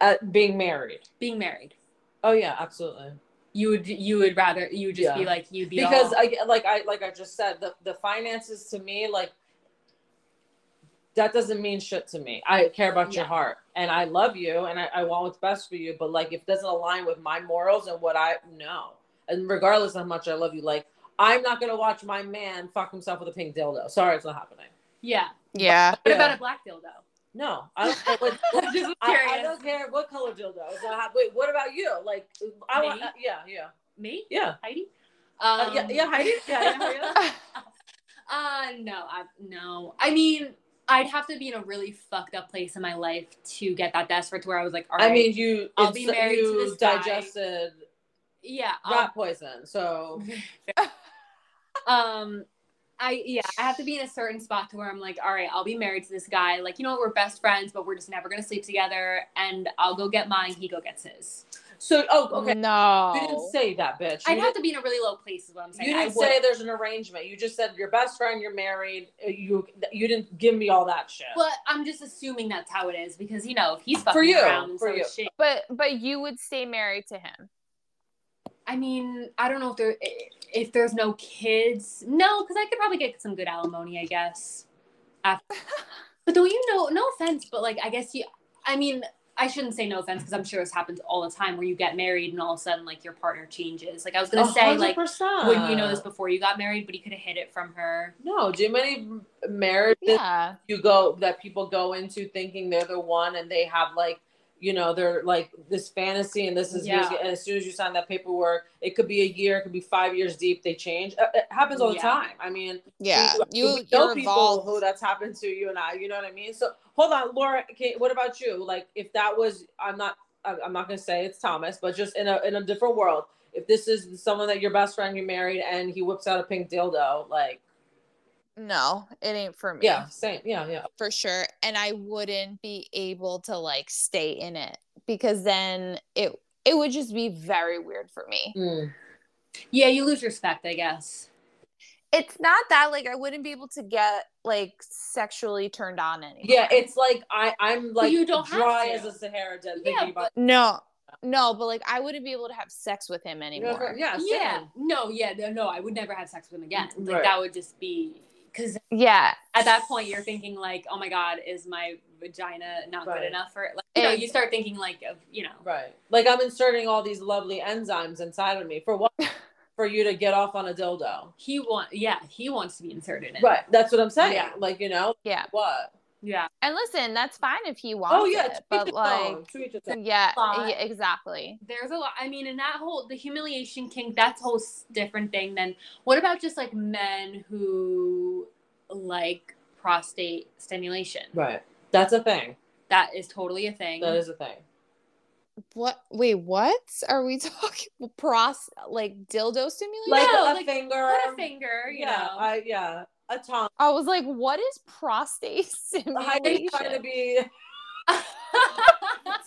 [SPEAKER 2] At being married.
[SPEAKER 3] Being married,
[SPEAKER 2] Oh yeah, absolutely.
[SPEAKER 3] you would you would rather you would just be
[SPEAKER 2] Yeah.
[SPEAKER 3] like you'd be
[SPEAKER 2] because
[SPEAKER 3] all-
[SPEAKER 2] I like I like I just said the the finances to me like that doesn't mean shit to me. I care about your
[SPEAKER 3] Yeah.
[SPEAKER 2] heart and I love you and I, I want what's best for you, but like if it doesn't align with my morals and what I know, and regardless of how much I love you, like I'm not gonna watch my man fuck himself with a pink dildo. Sorry, it's not happening.
[SPEAKER 3] yeah.
[SPEAKER 1] Yeah.
[SPEAKER 3] What
[SPEAKER 2] Yeah.
[SPEAKER 3] about a black dildo?
[SPEAKER 2] No, I don't care.
[SPEAKER 3] *laughs*
[SPEAKER 2] What, what-
[SPEAKER 3] Just was
[SPEAKER 2] I, I
[SPEAKER 3] curious.
[SPEAKER 2] don't care what color dildo. It's not hap- Wait, what about you? Like I want. uh,
[SPEAKER 3] Me? Um,
[SPEAKER 2] Yeah, yeah,
[SPEAKER 3] Me,
[SPEAKER 2] yeah.
[SPEAKER 3] Heidi.
[SPEAKER 2] Uh, yeah, yeah, Heidi. Yeah, yeah,
[SPEAKER 3] *laughs*
[SPEAKER 2] yeah.
[SPEAKER 3] Uh no, I no. I mean, I'd have to be in a really fucked up place in my life to get that desperate to where I was like, all right,
[SPEAKER 2] I mean, you.
[SPEAKER 3] I'll
[SPEAKER 2] it's-
[SPEAKER 3] be married to
[SPEAKER 2] you
[SPEAKER 3] this guy.
[SPEAKER 2] digested
[SPEAKER 3] yeah, uh, I'll- Mm-hmm.
[SPEAKER 2] rat poison, so
[SPEAKER 3] um I yeah, I have to be in a certain spot to where I'm like, all right, I'll be married to this guy. Like, you know what, we're best friends, but we're just never gonna sleep together and I'll go get mine, he go gets his.
[SPEAKER 2] So, oh, okay.
[SPEAKER 1] No.
[SPEAKER 2] You didn't say that, bitch. You
[SPEAKER 3] I'd have to be in a really low place, is what I'm
[SPEAKER 2] You
[SPEAKER 3] saying.
[SPEAKER 2] didn't
[SPEAKER 3] I
[SPEAKER 2] say
[SPEAKER 3] would.
[SPEAKER 2] there's an arrangement. You just said your best friend, you're married. uh, You you didn't give me all that shit.
[SPEAKER 3] But I'm just assuming that's how it is because you know if he's fucking
[SPEAKER 2] For you,
[SPEAKER 3] around and
[SPEAKER 2] for
[SPEAKER 3] so
[SPEAKER 2] you.
[SPEAKER 3] is she.
[SPEAKER 1] but but you would stay married to him.
[SPEAKER 3] I mean, I don't know if there if there's no kids. No, because I could probably get some good alimony, I guess. After. but though you know, no offense, but like I guess you. I mean, I shouldn't say no offense because I'm sure this happens all the time where you get married and all of a sudden like your partner changes. Like I was gonna say like wouldn't you know this before you got married? But he could have hid it from her.
[SPEAKER 2] No, do many marriages
[SPEAKER 1] Yeah.
[SPEAKER 2] you go that people go into thinking they're the one and they have like you know they're like this fantasy and this is
[SPEAKER 3] Yeah.
[SPEAKER 2] music, and as soon as you sign that paperwork it could be a year it could be five years deep they change Uh, it happens all the
[SPEAKER 3] Yeah.
[SPEAKER 2] time i mean
[SPEAKER 1] Yeah.
[SPEAKER 2] we-
[SPEAKER 1] You
[SPEAKER 2] we
[SPEAKER 1] you're
[SPEAKER 2] know people
[SPEAKER 1] involved.
[SPEAKER 2] who that's happened to you and i you know what i mean so hold on laura okay, what about you like if that was i'm not i'm I'm not gonna say it's thomas but just in a in a different world if this is someone that your best friend you married and he whips out a pink dildo like
[SPEAKER 1] no, it ain't for me.
[SPEAKER 2] yeah same yeah
[SPEAKER 1] *laughs*
[SPEAKER 2] yeah
[SPEAKER 1] for sure and i wouldn't be able to like stay in it because then it it would just be very weird for me
[SPEAKER 2] Mm.
[SPEAKER 3] Yeah, you lose respect, I guess.
[SPEAKER 1] it's not that like i wouldn't be able to get like sexually turned on anymore
[SPEAKER 2] Yeah, it's like I I'm like
[SPEAKER 3] you don't have
[SPEAKER 2] dry
[SPEAKER 3] to.
[SPEAKER 2] as a Sahara desert
[SPEAKER 3] Yeah,
[SPEAKER 2] thinking about
[SPEAKER 1] no no but like i wouldn't be able to have sex with him
[SPEAKER 2] You know,
[SPEAKER 1] anymore
[SPEAKER 2] yeah,
[SPEAKER 3] Yeah.
[SPEAKER 2] same.
[SPEAKER 3] No, yeah, no, no, I would never have sex with him again. Like
[SPEAKER 2] Right.
[SPEAKER 3] that would just be because
[SPEAKER 1] yeah
[SPEAKER 3] at that point you're thinking like, oh my god, is my vagina not
[SPEAKER 2] Right.
[SPEAKER 3] good enough for it? Like, you know,
[SPEAKER 1] Ex-
[SPEAKER 3] you start thinking like, of, you know,
[SPEAKER 2] Right. Like I'm inserting all these lovely enzymes inside of me for
[SPEAKER 3] *laughs*
[SPEAKER 2] what for you to get off on a dildo.
[SPEAKER 3] he want, yeah, he wants to be inserted in.
[SPEAKER 2] Right. That's what I'm saying.
[SPEAKER 3] Yeah.
[SPEAKER 2] Like, you know,
[SPEAKER 1] yeah
[SPEAKER 2] what?
[SPEAKER 3] Yeah.
[SPEAKER 1] and listen that's fine if he wants
[SPEAKER 2] Oh yeah, to
[SPEAKER 1] it,
[SPEAKER 2] each
[SPEAKER 1] but
[SPEAKER 2] his
[SPEAKER 1] like
[SPEAKER 2] own, to each his own.
[SPEAKER 1] yeah,
[SPEAKER 3] But-
[SPEAKER 1] yeah exactly
[SPEAKER 3] There's a lot. I mean, in that whole the humiliation kink, that's a whole s- different thing than what about just like men who like prostate stimulation?
[SPEAKER 2] Right. That's a thing.
[SPEAKER 3] That is totally a thing.
[SPEAKER 2] That is a thing.
[SPEAKER 1] what wait what are we *laughs* talking pros like dildo stimulation
[SPEAKER 2] Like a
[SPEAKER 3] No, like,
[SPEAKER 2] finger.
[SPEAKER 3] Put a finger, you
[SPEAKER 2] um, yeah,
[SPEAKER 3] know.
[SPEAKER 2] I yeah. A tongue.
[SPEAKER 1] I was like, what is prostate *laughs*
[SPEAKER 2] Heidi's trying to
[SPEAKER 1] stimulation?
[SPEAKER 3] *laughs*
[SPEAKER 2] be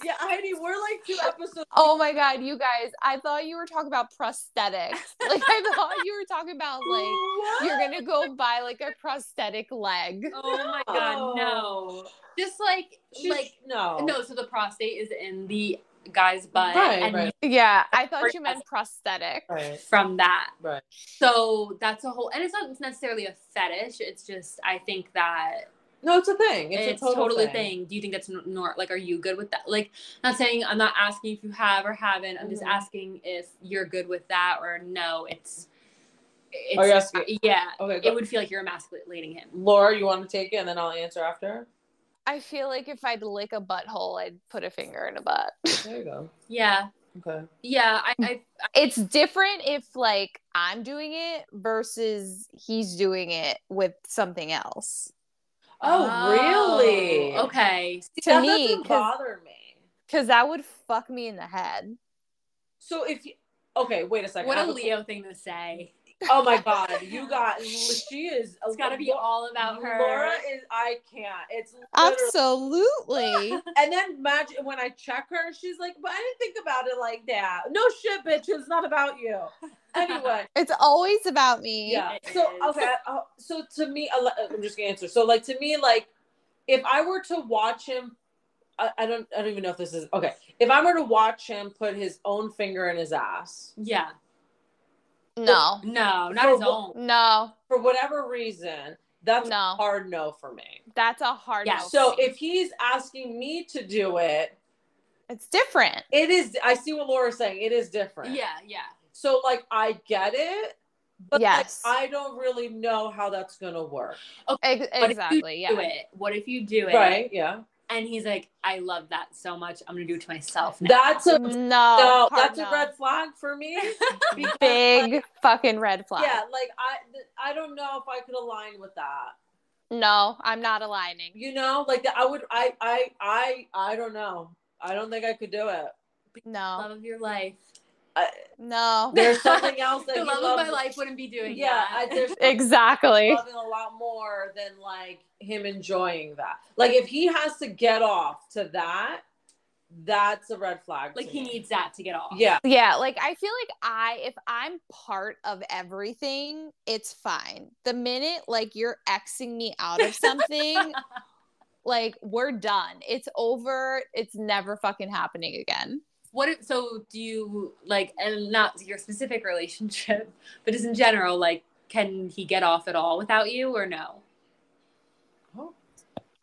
[SPEAKER 2] Yeah, Heidi, we're like two
[SPEAKER 3] *laughs*
[SPEAKER 2] episodes.
[SPEAKER 1] Oh my god, you guys, I thought you were talking about
[SPEAKER 2] *laughs*
[SPEAKER 1] prosthetics. Like I thought you were talking about like
[SPEAKER 2] What?
[SPEAKER 1] you're gonna
[SPEAKER 2] *laughs*
[SPEAKER 1] go buy like a prosthetic leg.
[SPEAKER 3] Oh my god, no. Just like
[SPEAKER 2] She's-
[SPEAKER 3] like
[SPEAKER 2] no.
[SPEAKER 3] no, so the prostate is in the guy's butt
[SPEAKER 2] Right,
[SPEAKER 3] and
[SPEAKER 2] right.
[SPEAKER 1] Yeah, I thought you meant prosthetic.
[SPEAKER 2] Right.
[SPEAKER 3] from that.
[SPEAKER 2] Right.
[SPEAKER 3] So that's a whole and it's not necessarily a fetish, it's just I think that
[SPEAKER 2] No, it's a thing. It's,
[SPEAKER 3] it's,
[SPEAKER 2] a total
[SPEAKER 3] totally a
[SPEAKER 2] thing.
[SPEAKER 3] thing. Do you think that's n- nor like are you good with that? Like not saying I'm not asking if you have or haven't. I'm just
[SPEAKER 2] Mhm.
[SPEAKER 3] asking if you're good with that or no. It's it's uh,
[SPEAKER 2] Are you asking?
[SPEAKER 3] yeah.
[SPEAKER 2] Okay,
[SPEAKER 3] It
[SPEAKER 2] go.
[SPEAKER 3] would feel like you're emasculating him.
[SPEAKER 2] Laura, you want to take it, and then I'll answer after.
[SPEAKER 1] I feel like if I'd lick a butthole, I'd put a finger in a butt.
[SPEAKER 2] There you go.
[SPEAKER 3] Yeah.
[SPEAKER 2] Okay.
[SPEAKER 3] Yeah. I, I
[SPEAKER 1] *laughs* It's different if like I'm doing it versus he's doing it with something else.
[SPEAKER 2] Oh, really?
[SPEAKER 3] Okay.
[SPEAKER 1] To
[SPEAKER 2] that
[SPEAKER 1] me,
[SPEAKER 2] doesn't
[SPEAKER 1] 'cause-
[SPEAKER 2] bother me.
[SPEAKER 1] Cause that would fuck me in the head.
[SPEAKER 2] So if you, okay, wait a second.
[SPEAKER 3] What
[SPEAKER 2] I
[SPEAKER 3] a
[SPEAKER 2] have a-
[SPEAKER 3] Leo thing to say.
[SPEAKER 2] Oh my God, you got. She is.
[SPEAKER 3] *laughs* It's got to be all about her.
[SPEAKER 2] Laura is. I can't. It's literally.
[SPEAKER 1] Absolutely.
[SPEAKER 2] and then imagine when I check her, she's like, "But I didn't think about it like that." No shit, bitch. It's not about
[SPEAKER 3] *laughs*
[SPEAKER 2] you. Anyway,
[SPEAKER 1] It's always about me.
[SPEAKER 2] yeah
[SPEAKER 3] It
[SPEAKER 2] so
[SPEAKER 3] is.
[SPEAKER 2] okay uh, so to me a lo- i'm just gonna answer so like to me like if i were to watch him I, I don't i don't even know if this is okay if i were to watch him put his own finger in his ass
[SPEAKER 3] yeah.
[SPEAKER 1] No.
[SPEAKER 3] No, not
[SPEAKER 2] For
[SPEAKER 3] his
[SPEAKER 2] what-
[SPEAKER 3] own.
[SPEAKER 1] No.
[SPEAKER 2] for whatever reason that's a
[SPEAKER 1] No.
[SPEAKER 2] hard no for me
[SPEAKER 1] That's a hard
[SPEAKER 3] Yeah.
[SPEAKER 1] no.
[SPEAKER 2] so
[SPEAKER 1] for me.
[SPEAKER 2] if he's asking me to do it
[SPEAKER 1] it's different.
[SPEAKER 2] it is i see what laura's saying it is different
[SPEAKER 3] Yeah, yeah.
[SPEAKER 2] so like i get it but like,
[SPEAKER 1] Yes.
[SPEAKER 2] i don't really know how that's gonna work
[SPEAKER 1] Ex-
[SPEAKER 3] But
[SPEAKER 1] exactly.
[SPEAKER 3] If you do
[SPEAKER 1] Yeah.
[SPEAKER 3] it. What if you do it?
[SPEAKER 2] right yeah
[SPEAKER 3] And he's like, I love that so much. I'm gonna do it to myself. Now.
[SPEAKER 2] that's a
[SPEAKER 1] No.
[SPEAKER 2] no,
[SPEAKER 1] hard
[SPEAKER 2] that's
[SPEAKER 1] no.
[SPEAKER 2] a red flag for me. *laughs* because,
[SPEAKER 1] big
[SPEAKER 2] like,
[SPEAKER 1] fucking red flag.
[SPEAKER 2] yeah, like I, th- I don't know if I could align with that.
[SPEAKER 1] No, I'm not aligning.
[SPEAKER 2] You know, like that. I would, I, I, I, I don't know. I don't think I could do
[SPEAKER 3] *laughs*
[SPEAKER 2] it.
[SPEAKER 1] No.
[SPEAKER 3] Love of your life.
[SPEAKER 1] No.
[SPEAKER 2] There's something else that
[SPEAKER 3] The
[SPEAKER 2] he
[SPEAKER 3] love of
[SPEAKER 2] loves.
[SPEAKER 3] my life wouldn't be doing
[SPEAKER 2] Yeah, I,
[SPEAKER 3] that.
[SPEAKER 2] there's
[SPEAKER 1] Exactly.
[SPEAKER 2] loving a lot more than like him enjoying that. Like if he has to get off to that, that's a red flag.
[SPEAKER 3] *laughs* Like
[SPEAKER 2] to
[SPEAKER 3] he
[SPEAKER 2] me.
[SPEAKER 3] needs that to get off.
[SPEAKER 2] Yeah.
[SPEAKER 1] Yeah, like I feel like I if I'm part of everything, it's fine. The minute like you're Xing me out of
[SPEAKER 3] *laughs*
[SPEAKER 1] something, like we're done. It's over. It's never fucking happening again.
[SPEAKER 3] What if, so do you like and not your specific relationship, but just in general, like can he get off at all without you or no?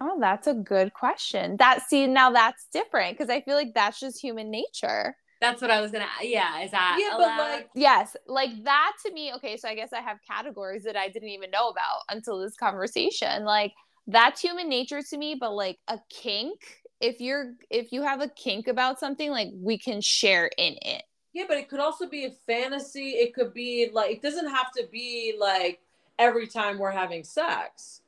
[SPEAKER 1] Oh, that's a good question. That see now that's different because I feel like that's just human nature.
[SPEAKER 3] That's what I was gonna. Yeah, is that
[SPEAKER 2] Yeah,
[SPEAKER 3] allowed?
[SPEAKER 2] but like
[SPEAKER 1] Yes, like that to me. Okay, so I guess I have categories that I didn't even know about until this conversation. Like that's human nature to me, but like a kink, if you're if you have a kink about something, like we can share in it.
[SPEAKER 2] Yeah, but it could also be a fantasy. It could be like it doesn't have to be like every time we're having sex.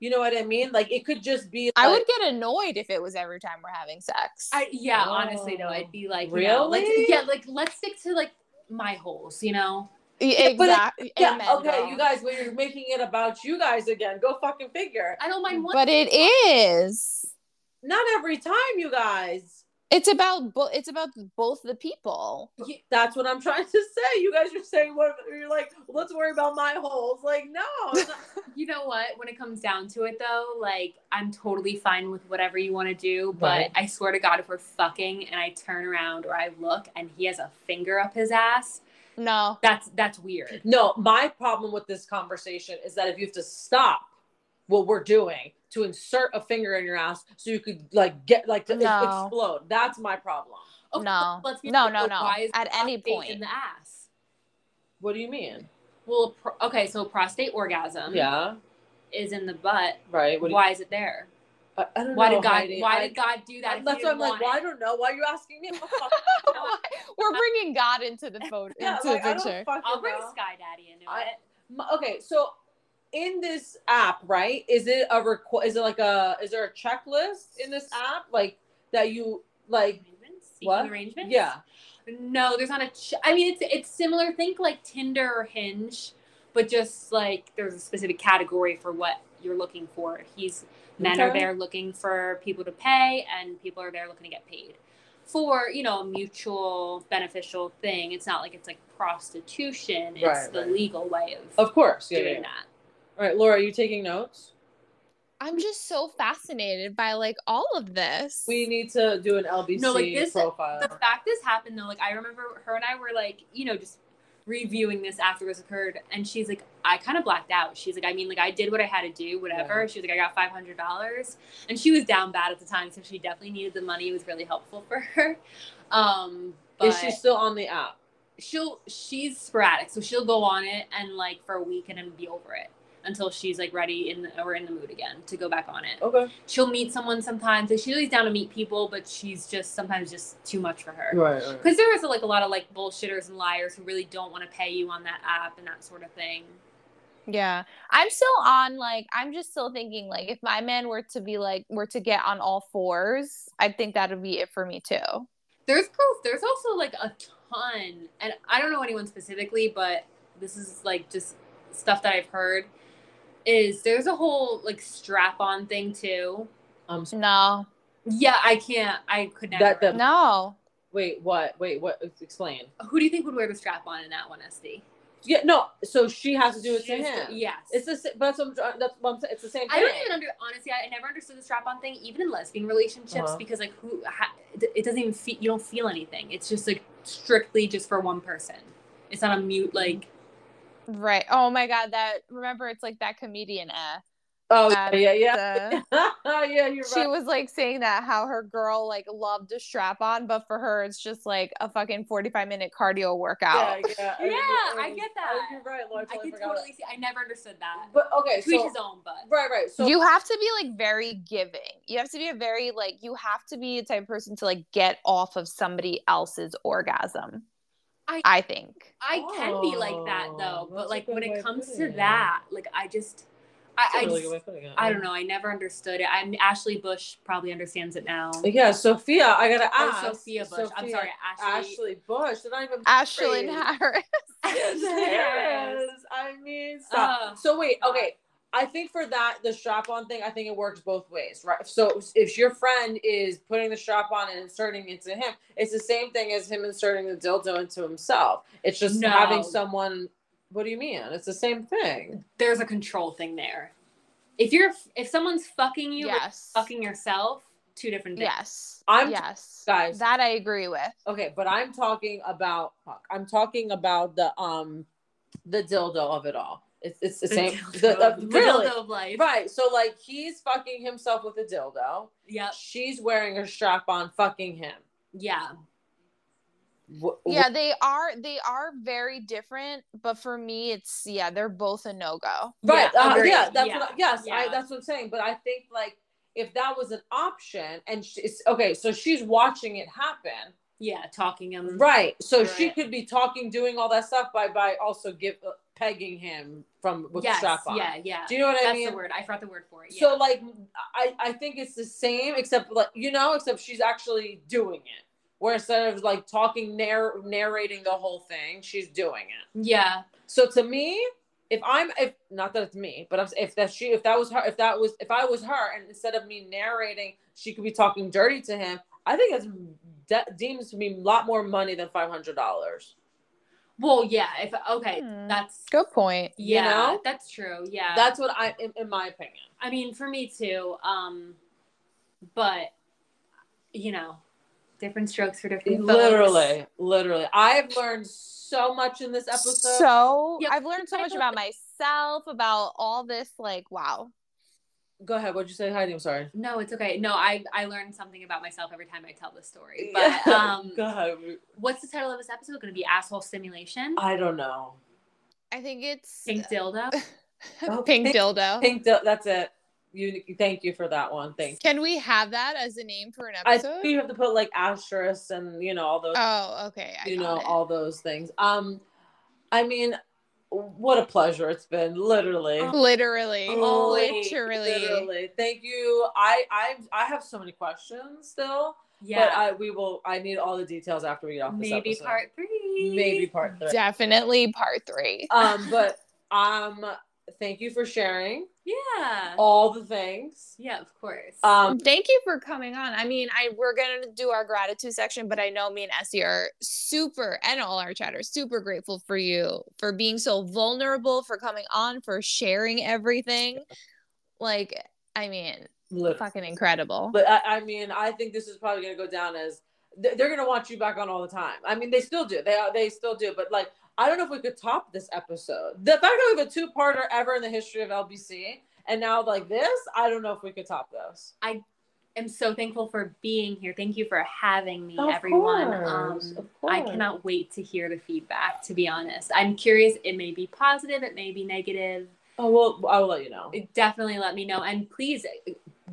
[SPEAKER 2] You know what I mean? Like it could just be.
[SPEAKER 1] I
[SPEAKER 2] like-
[SPEAKER 1] would get annoyed if it was every time we're having sex.
[SPEAKER 3] I yeah,
[SPEAKER 2] Oh.
[SPEAKER 3] honestly though, I'd be like, you know, let's-
[SPEAKER 2] Really?
[SPEAKER 3] yeah, like let's stick to like my holes, you know.
[SPEAKER 1] E,
[SPEAKER 2] Yeah, but it-
[SPEAKER 1] exactly.
[SPEAKER 2] Yeah. okay, you guys. Well, you're making it about you guys again. Go fucking figure.
[SPEAKER 3] I don't mind one.
[SPEAKER 1] But it is.
[SPEAKER 2] Not every time, you guys.
[SPEAKER 1] It's about bo- it's about both the people.
[SPEAKER 2] That's what I'm trying to say. You guys are saying what you're like. Let's worry about my holes. Like no. it's not-
[SPEAKER 3] you know what? When it comes down to it, though, like I'm totally fine with whatever you want to do. But
[SPEAKER 2] Right.
[SPEAKER 3] I swear to God, if we're fucking and I turn around or I look and he has a finger up his ass,
[SPEAKER 1] No.
[SPEAKER 3] that's that's weird.
[SPEAKER 2] *laughs* No, my problem with this conversation is that if you have to stop what we're doing to insert a finger in your ass so you could like get like to e-,
[SPEAKER 1] No.
[SPEAKER 2] explode, that's my problem.
[SPEAKER 1] No.
[SPEAKER 3] let's be
[SPEAKER 1] No,
[SPEAKER 3] real,
[SPEAKER 1] no, no.
[SPEAKER 3] why is
[SPEAKER 1] At any
[SPEAKER 3] prostate
[SPEAKER 1] point.
[SPEAKER 3] in the ass.
[SPEAKER 2] What do you mean?
[SPEAKER 3] Well, pro- okay, so prostate orgasm
[SPEAKER 2] Um, Yeah,
[SPEAKER 3] is in the butt.
[SPEAKER 2] right. What do you-
[SPEAKER 3] Why is it there?
[SPEAKER 2] I, I don't
[SPEAKER 3] Why
[SPEAKER 2] know.
[SPEAKER 3] did God?
[SPEAKER 2] Heidi.
[SPEAKER 3] Why
[SPEAKER 2] I-
[SPEAKER 3] did God do that? if
[SPEAKER 2] That's
[SPEAKER 3] he
[SPEAKER 2] why I'm
[SPEAKER 3] didn't
[SPEAKER 2] like.
[SPEAKER 3] want
[SPEAKER 2] Well,
[SPEAKER 3] it?
[SPEAKER 2] I don't know. Why are you asking me? *laughs* I'm a fuck- *laughs*
[SPEAKER 1] We're bringing God into the photo
[SPEAKER 2] yeah,
[SPEAKER 1] into
[SPEAKER 2] like,
[SPEAKER 1] the
[SPEAKER 2] I don't
[SPEAKER 1] picture.
[SPEAKER 2] fucking
[SPEAKER 3] I'll bring
[SPEAKER 2] know.
[SPEAKER 3] Sky Daddy into
[SPEAKER 2] I-
[SPEAKER 3] it.
[SPEAKER 2] M- Okay, so in this app, right? Is it a requ- Is it like a? Is there a checklist in this app like that? You like?
[SPEAKER 3] Arrangements? Seeking
[SPEAKER 2] What?
[SPEAKER 3] Arrangements?
[SPEAKER 2] Yeah.
[SPEAKER 3] No, there's not a. Ch- I mean, it's it's similar. Think like Tinder or Hinge, but just like there's a specific category for what you're looking for. He's men are
[SPEAKER 2] Okay.
[SPEAKER 3] there looking for people to pay, and people are there looking to get paid for you know a mutual beneficial thing. It's not like it's like prostitution. It's
[SPEAKER 2] Right,
[SPEAKER 3] the
[SPEAKER 2] right.
[SPEAKER 3] legal way of,
[SPEAKER 2] Of course. Yeah.
[SPEAKER 3] doing
[SPEAKER 2] yeah, yeah.
[SPEAKER 3] that.
[SPEAKER 2] All right, Laura, are you taking notes?
[SPEAKER 1] I'm just so fascinated by like all of this.
[SPEAKER 2] We need to do an LBC
[SPEAKER 3] No, like, this-
[SPEAKER 2] profile.
[SPEAKER 3] the fact this happened though like i remember her and i were like you know just reviewing this after this occurred and she's like i kind of blacked out she's like i mean like i did what i had to do whatever she was like i got $500 and she was down bad at the time so she definitely needed the money it was really helpful for her um but
[SPEAKER 2] Is she still on the app?
[SPEAKER 3] she'll she's sporadic so she'll go on it and like for a week and then be over it until she's like ready in the, or in the mood again to go back on it
[SPEAKER 2] Okay.
[SPEAKER 3] she'll meet someone sometimes like she's always down to meet people but she's just sometimes just too much for her
[SPEAKER 2] Right.
[SPEAKER 3] because there is like a lot of like bullshitters and liars who really don't want to pay you on that app and that sort of thing.
[SPEAKER 1] yeah. I'm still on like I'm just still thinking like if my man were to be like were to get on all fours, I think that'd be it for me too.
[SPEAKER 3] There's proof. There's also like a ton, and I don't know anyone specifically, but this is like just stuff that I've heard. Is there's a whole like strap on thing too?
[SPEAKER 2] I'm sorry.
[SPEAKER 1] No.
[SPEAKER 3] Yeah, I can't. I could never.
[SPEAKER 2] That- that-
[SPEAKER 1] No.
[SPEAKER 2] Wait, what? Wait, what? Explain.
[SPEAKER 3] who do you think would wear the strap on in that one, SD?
[SPEAKER 2] Yeah, no. So she has to do it to
[SPEAKER 3] She's-
[SPEAKER 2] him.
[SPEAKER 3] Yes.
[SPEAKER 2] It's the same. That's what I'm. try- That's what I'm saying. It's the same thing.
[SPEAKER 3] I don't even under honestly. I never understood the strap on thing, even in lesbian relationships,
[SPEAKER 2] Uh-huh.
[SPEAKER 3] because like who ha, it doesn't even feel you don't feel anything. It's just like strictly just for one person. It's not a mute
[SPEAKER 2] Mm-hmm.
[SPEAKER 3] like
[SPEAKER 1] Right. Oh my god, that remember it's like that comedian eh.
[SPEAKER 2] oh
[SPEAKER 1] Um,
[SPEAKER 2] yeah, yeah,
[SPEAKER 1] the-
[SPEAKER 2] yeah. *laughs* yeah, you're
[SPEAKER 1] she
[SPEAKER 2] right.
[SPEAKER 1] was like saying that how her girl like loved a strap on, but for her it's just like a fucking 45 minute cardio workout.
[SPEAKER 2] Yeah, yeah.
[SPEAKER 3] *laughs* Yeah, I
[SPEAKER 2] was-
[SPEAKER 3] get
[SPEAKER 2] was-
[SPEAKER 3] that.
[SPEAKER 2] You're right. Laura, I
[SPEAKER 3] I
[SPEAKER 2] totally
[SPEAKER 3] could
[SPEAKER 2] forgot about
[SPEAKER 3] totally see. I never understood that.
[SPEAKER 2] that. But okay,
[SPEAKER 3] To each
[SPEAKER 2] so
[SPEAKER 3] his own, but
[SPEAKER 2] right, right. So
[SPEAKER 1] you have to be like very giving. You have to be a very like you have to be the type of person to like get off of somebody else's orgasm.
[SPEAKER 3] I-
[SPEAKER 1] I, think.
[SPEAKER 3] I can be like that
[SPEAKER 2] Oh,
[SPEAKER 3] though.
[SPEAKER 2] that's
[SPEAKER 3] But
[SPEAKER 2] a
[SPEAKER 3] like
[SPEAKER 2] good
[SPEAKER 3] when
[SPEAKER 2] way
[SPEAKER 3] it
[SPEAKER 2] of
[SPEAKER 3] comes
[SPEAKER 2] putting
[SPEAKER 3] to
[SPEAKER 2] it.
[SPEAKER 3] that, like I just,
[SPEAKER 2] That's a
[SPEAKER 3] I, I,
[SPEAKER 2] really
[SPEAKER 3] just-
[SPEAKER 2] good way of putting it.
[SPEAKER 3] I don't know. I never understood it. I'm Ashley Bush probably understands it now.
[SPEAKER 2] Yeah, Sophia, I gotta
[SPEAKER 3] Oh,
[SPEAKER 2] ask.
[SPEAKER 3] Sophia Bush. I'm sorry, Ashley.
[SPEAKER 2] Ashley Bush. They're not even
[SPEAKER 1] Ashlyn
[SPEAKER 2] married.
[SPEAKER 3] *laughs*
[SPEAKER 1] Harris.
[SPEAKER 2] *laughs* Yes,
[SPEAKER 3] Yes. Uh,
[SPEAKER 2] I mean, stop.
[SPEAKER 3] Ugh.
[SPEAKER 2] so wait,
[SPEAKER 3] God.
[SPEAKER 2] okay. I think for that the strap on thing, I think it works both ways, right? So if your friend is putting the strap on and inserting it to him, it's the same thing as him inserting the dildo into himself. It's just
[SPEAKER 3] No.
[SPEAKER 2] having someone. What do you mean? It's the same thing.
[SPEAKER 3] There's a control thing there. If you're if someone's fucking you, or
[SPEAKER 1] yes.
[SPEAKER 3] fucking yourself, two different things.
[SPEAKER 1] Yes.
[SPEAKER 2] I'm-
[SPEAKER 1] yes.
[SPEAKER 2] guys.
[SPEAKER 1] That I agree with.
[SPEAKER 2] Okay, but I'm talking about. fuck, I'm talking about the um, the dildo of it all. It's it's the,
[SPEAKER 3] *laughs*
[SPEAKER 2] same.
[SPEAKER 3] dildo,
[SPEAKER 2] The, uh,
[SPEAKER 3] the
[SPEAKER 2] really.
[SPEAKER 3] dildo of life.
[SPEAKER 2] Right, so like he's fucking himself with a dildo.
[SPEAKER 3] Yep.
[SPEAKER 2] She's wearing a strap on, fucking him.
[SPEAKER 3] Yeah.
[SPEAKER 2] Wh- wh-
[SPEAKER 1] Yeah, they are they are very different, but for me it's yeah, they're both a no-go.
[SPEAKER 2] Right.
[SPEAKER 3] Yeah,
[SPEAKER 2] Yeah, uh,
[SPEAKER 3] agreed.
[SPEAKER 2] yeah that's
[SPEAKER 3] Yeah,
[SPEAKER 2] What I, yes, I,
[SPEAKER 3] yeah.
[SPEAKER 2] that's what I'm saying. But I think like if that was an option, and she, it's okay, so she's watching it happen,
[SPEAKER 3] Yeah. Talking him.
[SPEAKER 2] right? So she
[SPEAKER 3] Right.
[SPEAKER 2] could be talking, doing all that stuff by by also give uh, pegging him from with
[SPEAKER 3] yes.
[SPEAKER 2] strap on.
[SPEAKER 3] Yeah. Yeah.
[SPEAKER 2] Do you know what I
[SPEAKER 3] That's
[SPEAKER 2] mean?
[SPEAKER 3] the word. I forgot the word for it. Yeah.
[SPEAKER 2] So like I I think it's the same except like you know except she's actually doing it. Where instead of like talking narr- narrating the whole thing, she's doing it.
[SPEAKER 3] yeah.
[SPEAKER 2] So to me, if I'm if not that it's me, but I'm, if that she if that was her if that was if I was her and instead of me narrating, she could be talking dirty to him. I think that's that deems to me a lot more money than five hundred dollars.
[SPEAKER 3] Well, yeah. If okay,
[SPEAKER 1] Hmm.
[SPEAKER 3] that's
[SPEAKER 1] Good point.
[SPEAKER 2] you
[SPEAKER 3] yeah.
[SPEAKER 2] know?
[SPEAKER 3] That's true. Yeah.
[SPEAKER 2] That's what I in, in my opinion.
[SPEAKER 3] I mean, for me too. Um, but you know, different strokes for different folks.
[SPEAKER 2] Literally, literally, I've learned so much in this episode.
[SPEAKER 1] So
[SPEAKER 3] Yeah,
[SPEAKER 1] I've learned so
[SPEAKER 3] I
[SPEAKER 1] much
[SPEAKER 3] don't-
[SPEAKER 1] about myself, about all this. Like, wow.
[SPEAKER 2] Go ahead. What'd you say, Heidi? I'm sorry.
[SPEAKER 3] No, it's okay. No, I I learn something about myself every time I tell this story.
[SPEAKER 2] Yeah. *laughs*
[SPEAKER 3] But um,
[SPEAKER 2] Go ahead.
[SPEAKER 3] what's the title of this episode going to be? Asshole stimulation.
[SPEAKER 2] I don't know.
[SPEAKER 1] I think it's
[SPEAKER 3] Pink
[SPEAKER 2] *laughs*
[SPEAKER 3] dildo. Oh,
[SPEAKER 2] Nope.
[SPEAKER 1] Pink
[SPEAKER 2] Pink-
[SPEAKER 1] dildo.
[SPEAKER 2] Pink. Dil- That's it. You. Thank you for that one. Thank.
[SPEAKER 1] Can we have that as a name for an
[SPEAKER 2] I
[SPEAKER 1] episode?
[SPEAKER 2] think you have to put like asterisks and you know all those
[SPEAKER 1] oh, okay. I
[SPEAKER 2] you
[SPEAKER 1] got
[SPEAKER 2] know
[SPEAKER 1] it.
[SPEAKER 2] all those things. Um, I mean, what a pleasure it's been. Literally,
[SPEAKER 1] literally,
[SPEAKER 2] Holy-
[SPEAKER 1] literally.
[SPEAKER 2] literally. Thank you. I I I have so many questions still, but
[SPEAKER 3] Yeah.
[SPEAKER 2] I we will. I need all the details after we get off this
[SPEAKER 3] Maybe
[SPEAKER 2] episode.
[SPEAKER 3] part three.
[SPEAKER 2] maybe part three.
[SPEAKER 1] Definitely part three.
[SPEAKER 2] um, but um, thank you for sharing
[SPEAKER 3] Yeah.
[SPEAKER 2] all the things.
[SPEAKER 3] Yeah. Of course.
[SPEAKER 2] Um,
[SPEAKER 1] Thank you for coming on. I mean, I we're gonna do our gratitude section, but I know me and Essie are super and all our chat are super grateful for you for being so vulnerable, for coming on, for sharing everything. Like, I mean,
[SPEAKER 2] lit-
[SPEAKER 1] fucking incredible.
[SPEAKER 2] But I, I mean, I think this is probably going to go down as th- they're going to want you back on all the time. I mean, they still do. They are- they still do. But like, I don't know if we could top this episode. The fact that we have a two parter ever in the history of LBC, and now like this, I don't know if we could top those.
[SPEAKER 3] I'm so thankful for being here. Thank you for having me, everyone. um, I cannot wait to hear the feedback, to be honest. I'm curious. It may be positive, it may be negative.
[SPEAKER 2] Oh well, I will let you know.
[SPEAKER 3] Definitely let me know. And please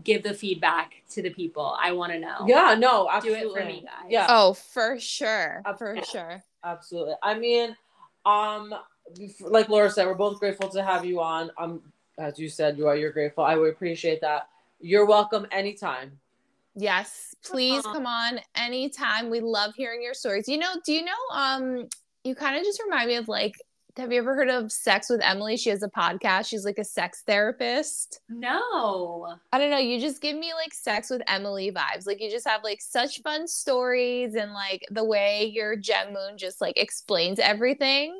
[SPEAKER 3] give the feedback to the people. I want to know.
[SPEAKER 2] Yeah, no,
[SPEAKER 3] Do
[SPEAKER 2] absolutely.
[SPEAKER 3] it for me, guys.
[SPEAKER 2] Yeah,
[SPEAKER 1] Oh, for sure.
[SPEAKER 2] Up-
[SPEAKER 1] For sure.
[SPEAKER 2] absolutely. I mean, um, like Laura said, we're both grateful to have you on. Um, as you said, you are you're grateful. I would appreciate that. You're welcome anytime.
[SPEAKER 1] Yes. Please
[SPEAKER 3] Aw.
[SPEAKER 1] come on anytime. We love hearing your stories. You know, do you know um you kind of just remind me of like have you ever heard of Sex with Emily? She has a podcast. She's like a sex therapist.
[SPEAKER 3] No.
[SPEAKER 1] I don't know. You just give me like sex with Emily vibes. Like you just have like such fun stories and like the way your gem moon just like explains everything.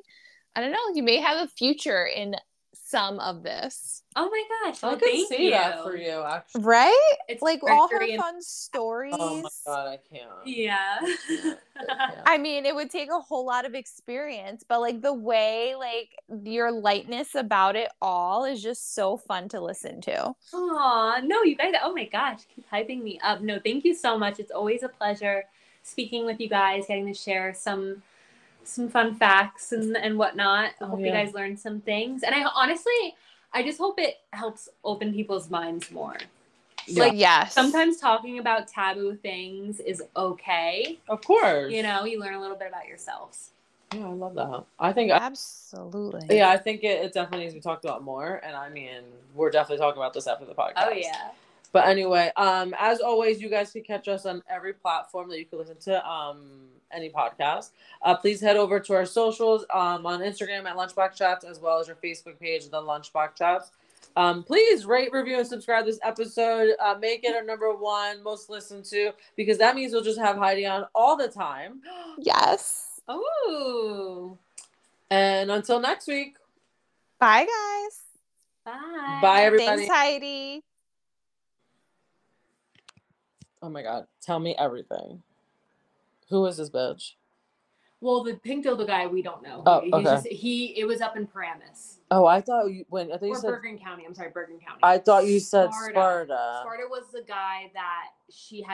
[SPEAKER 1] I don't know. You may have a future in some of this,
[SPEAKER 3] Oh my gosh.
[SPEAKER 2] I
[SPEAKER 3] Well,
[SPEAKER 2] could
[SPEAKER 3] thank
[SPEAKER 2] see
[SPEAKER 3] you.
[SPEAKER 2] that for you, actually.
[SPEAKER 1] right?
[SPEAKER 3] It's
[SPEAKER 1] Like all her
[SPEAKER 3] very-
[SPEAKER 1] fun stories.
[SPEAKER 2] Oh my god, I can't.
[SPEAKER 3] Yeah.
[SPEAKER 2] *laughs* Yeah.
[SPEAKER 1] I mean, it would take a whole lot of experience, but like the way, like your lightness about it all is just so fun to listen to.
[SPEAKER 3] Aw, no, you guys. Oh my gosh, keep hyping me up. No, thank you so much. It's always a pleasure speaking with you guys, getting to share some some fun facts and and whatnot. I
[SPEAKER 2] Oh,
[SPEAKER 3] hope you
[SPEAKER 2] yeah.
[SPEAKER 3] guys learned some things, and I honestly, I just hope it helps open people's minds more.
[SPEAKER 2] Yeah.
[SPEAKER 1] Like, yes.
[SPEAKER 3] Sometimes talking about taboo things is okay.
[SPEAKER 2] Of course.
[SPEAKER 3] You know, you learn a little bit about yourselves.
[SPEAKER 2] Yeah, I love that. I think. I,
[SPEAKER 1] Absolutely.
[SPEAKER 2] yeah, I think it, it definitely needs to be talked about more. And I mean, we're definitely talking about this after the podcast.
[SPEAKER 3] Oh yeah.
[SPEAKER 2] But anyway, um, as always, you guys can catch us on every platform that you can listen to um any podcast. Uh, please head over to our socials um on Instagram at Lunchbox Chats as well as your Facebook page, The Lunchbox Chats. Um, please rate, review, and subscribe this episode. Uh, make it our number one most listened to because that means we'll just have Heidi on all the time.
[SPEAKER 1] Yes.
[SPEAKER 3] Oh.
[SPEAKER 2] And until next week,
[SPEAKER 1] Bye, guys.
[SPEAKER 3] Bye.
[SPEAKER 2] bye everybody.
[SPEAKER 1] Thanks, Heidi.
[SPEAKER 2] Oh my god, tell me everything. Who is this bitch?
[SPEAKER 3] Well, the pink dildo guy, we don't know.
[SPEAKER 2] Oh,
[SPEAKER 3] He's
[SPEAKER 2] okay.
[SPEAKER 3] just- he it was up in Paramus
[SPEAKER 2] Oh, I thought you when I thought you
[SPEAKER 3] or
[SPEAKER 2] said
[SPEAKER 3] Bergen County. I'm sorry, Bergen County.
[SPEAKER 2] I thought you said
[SPEAKER 3] Sparta.
[SPEAKER 2] Sparta.
[SPEAKER 3] Sparta was the guy that she had.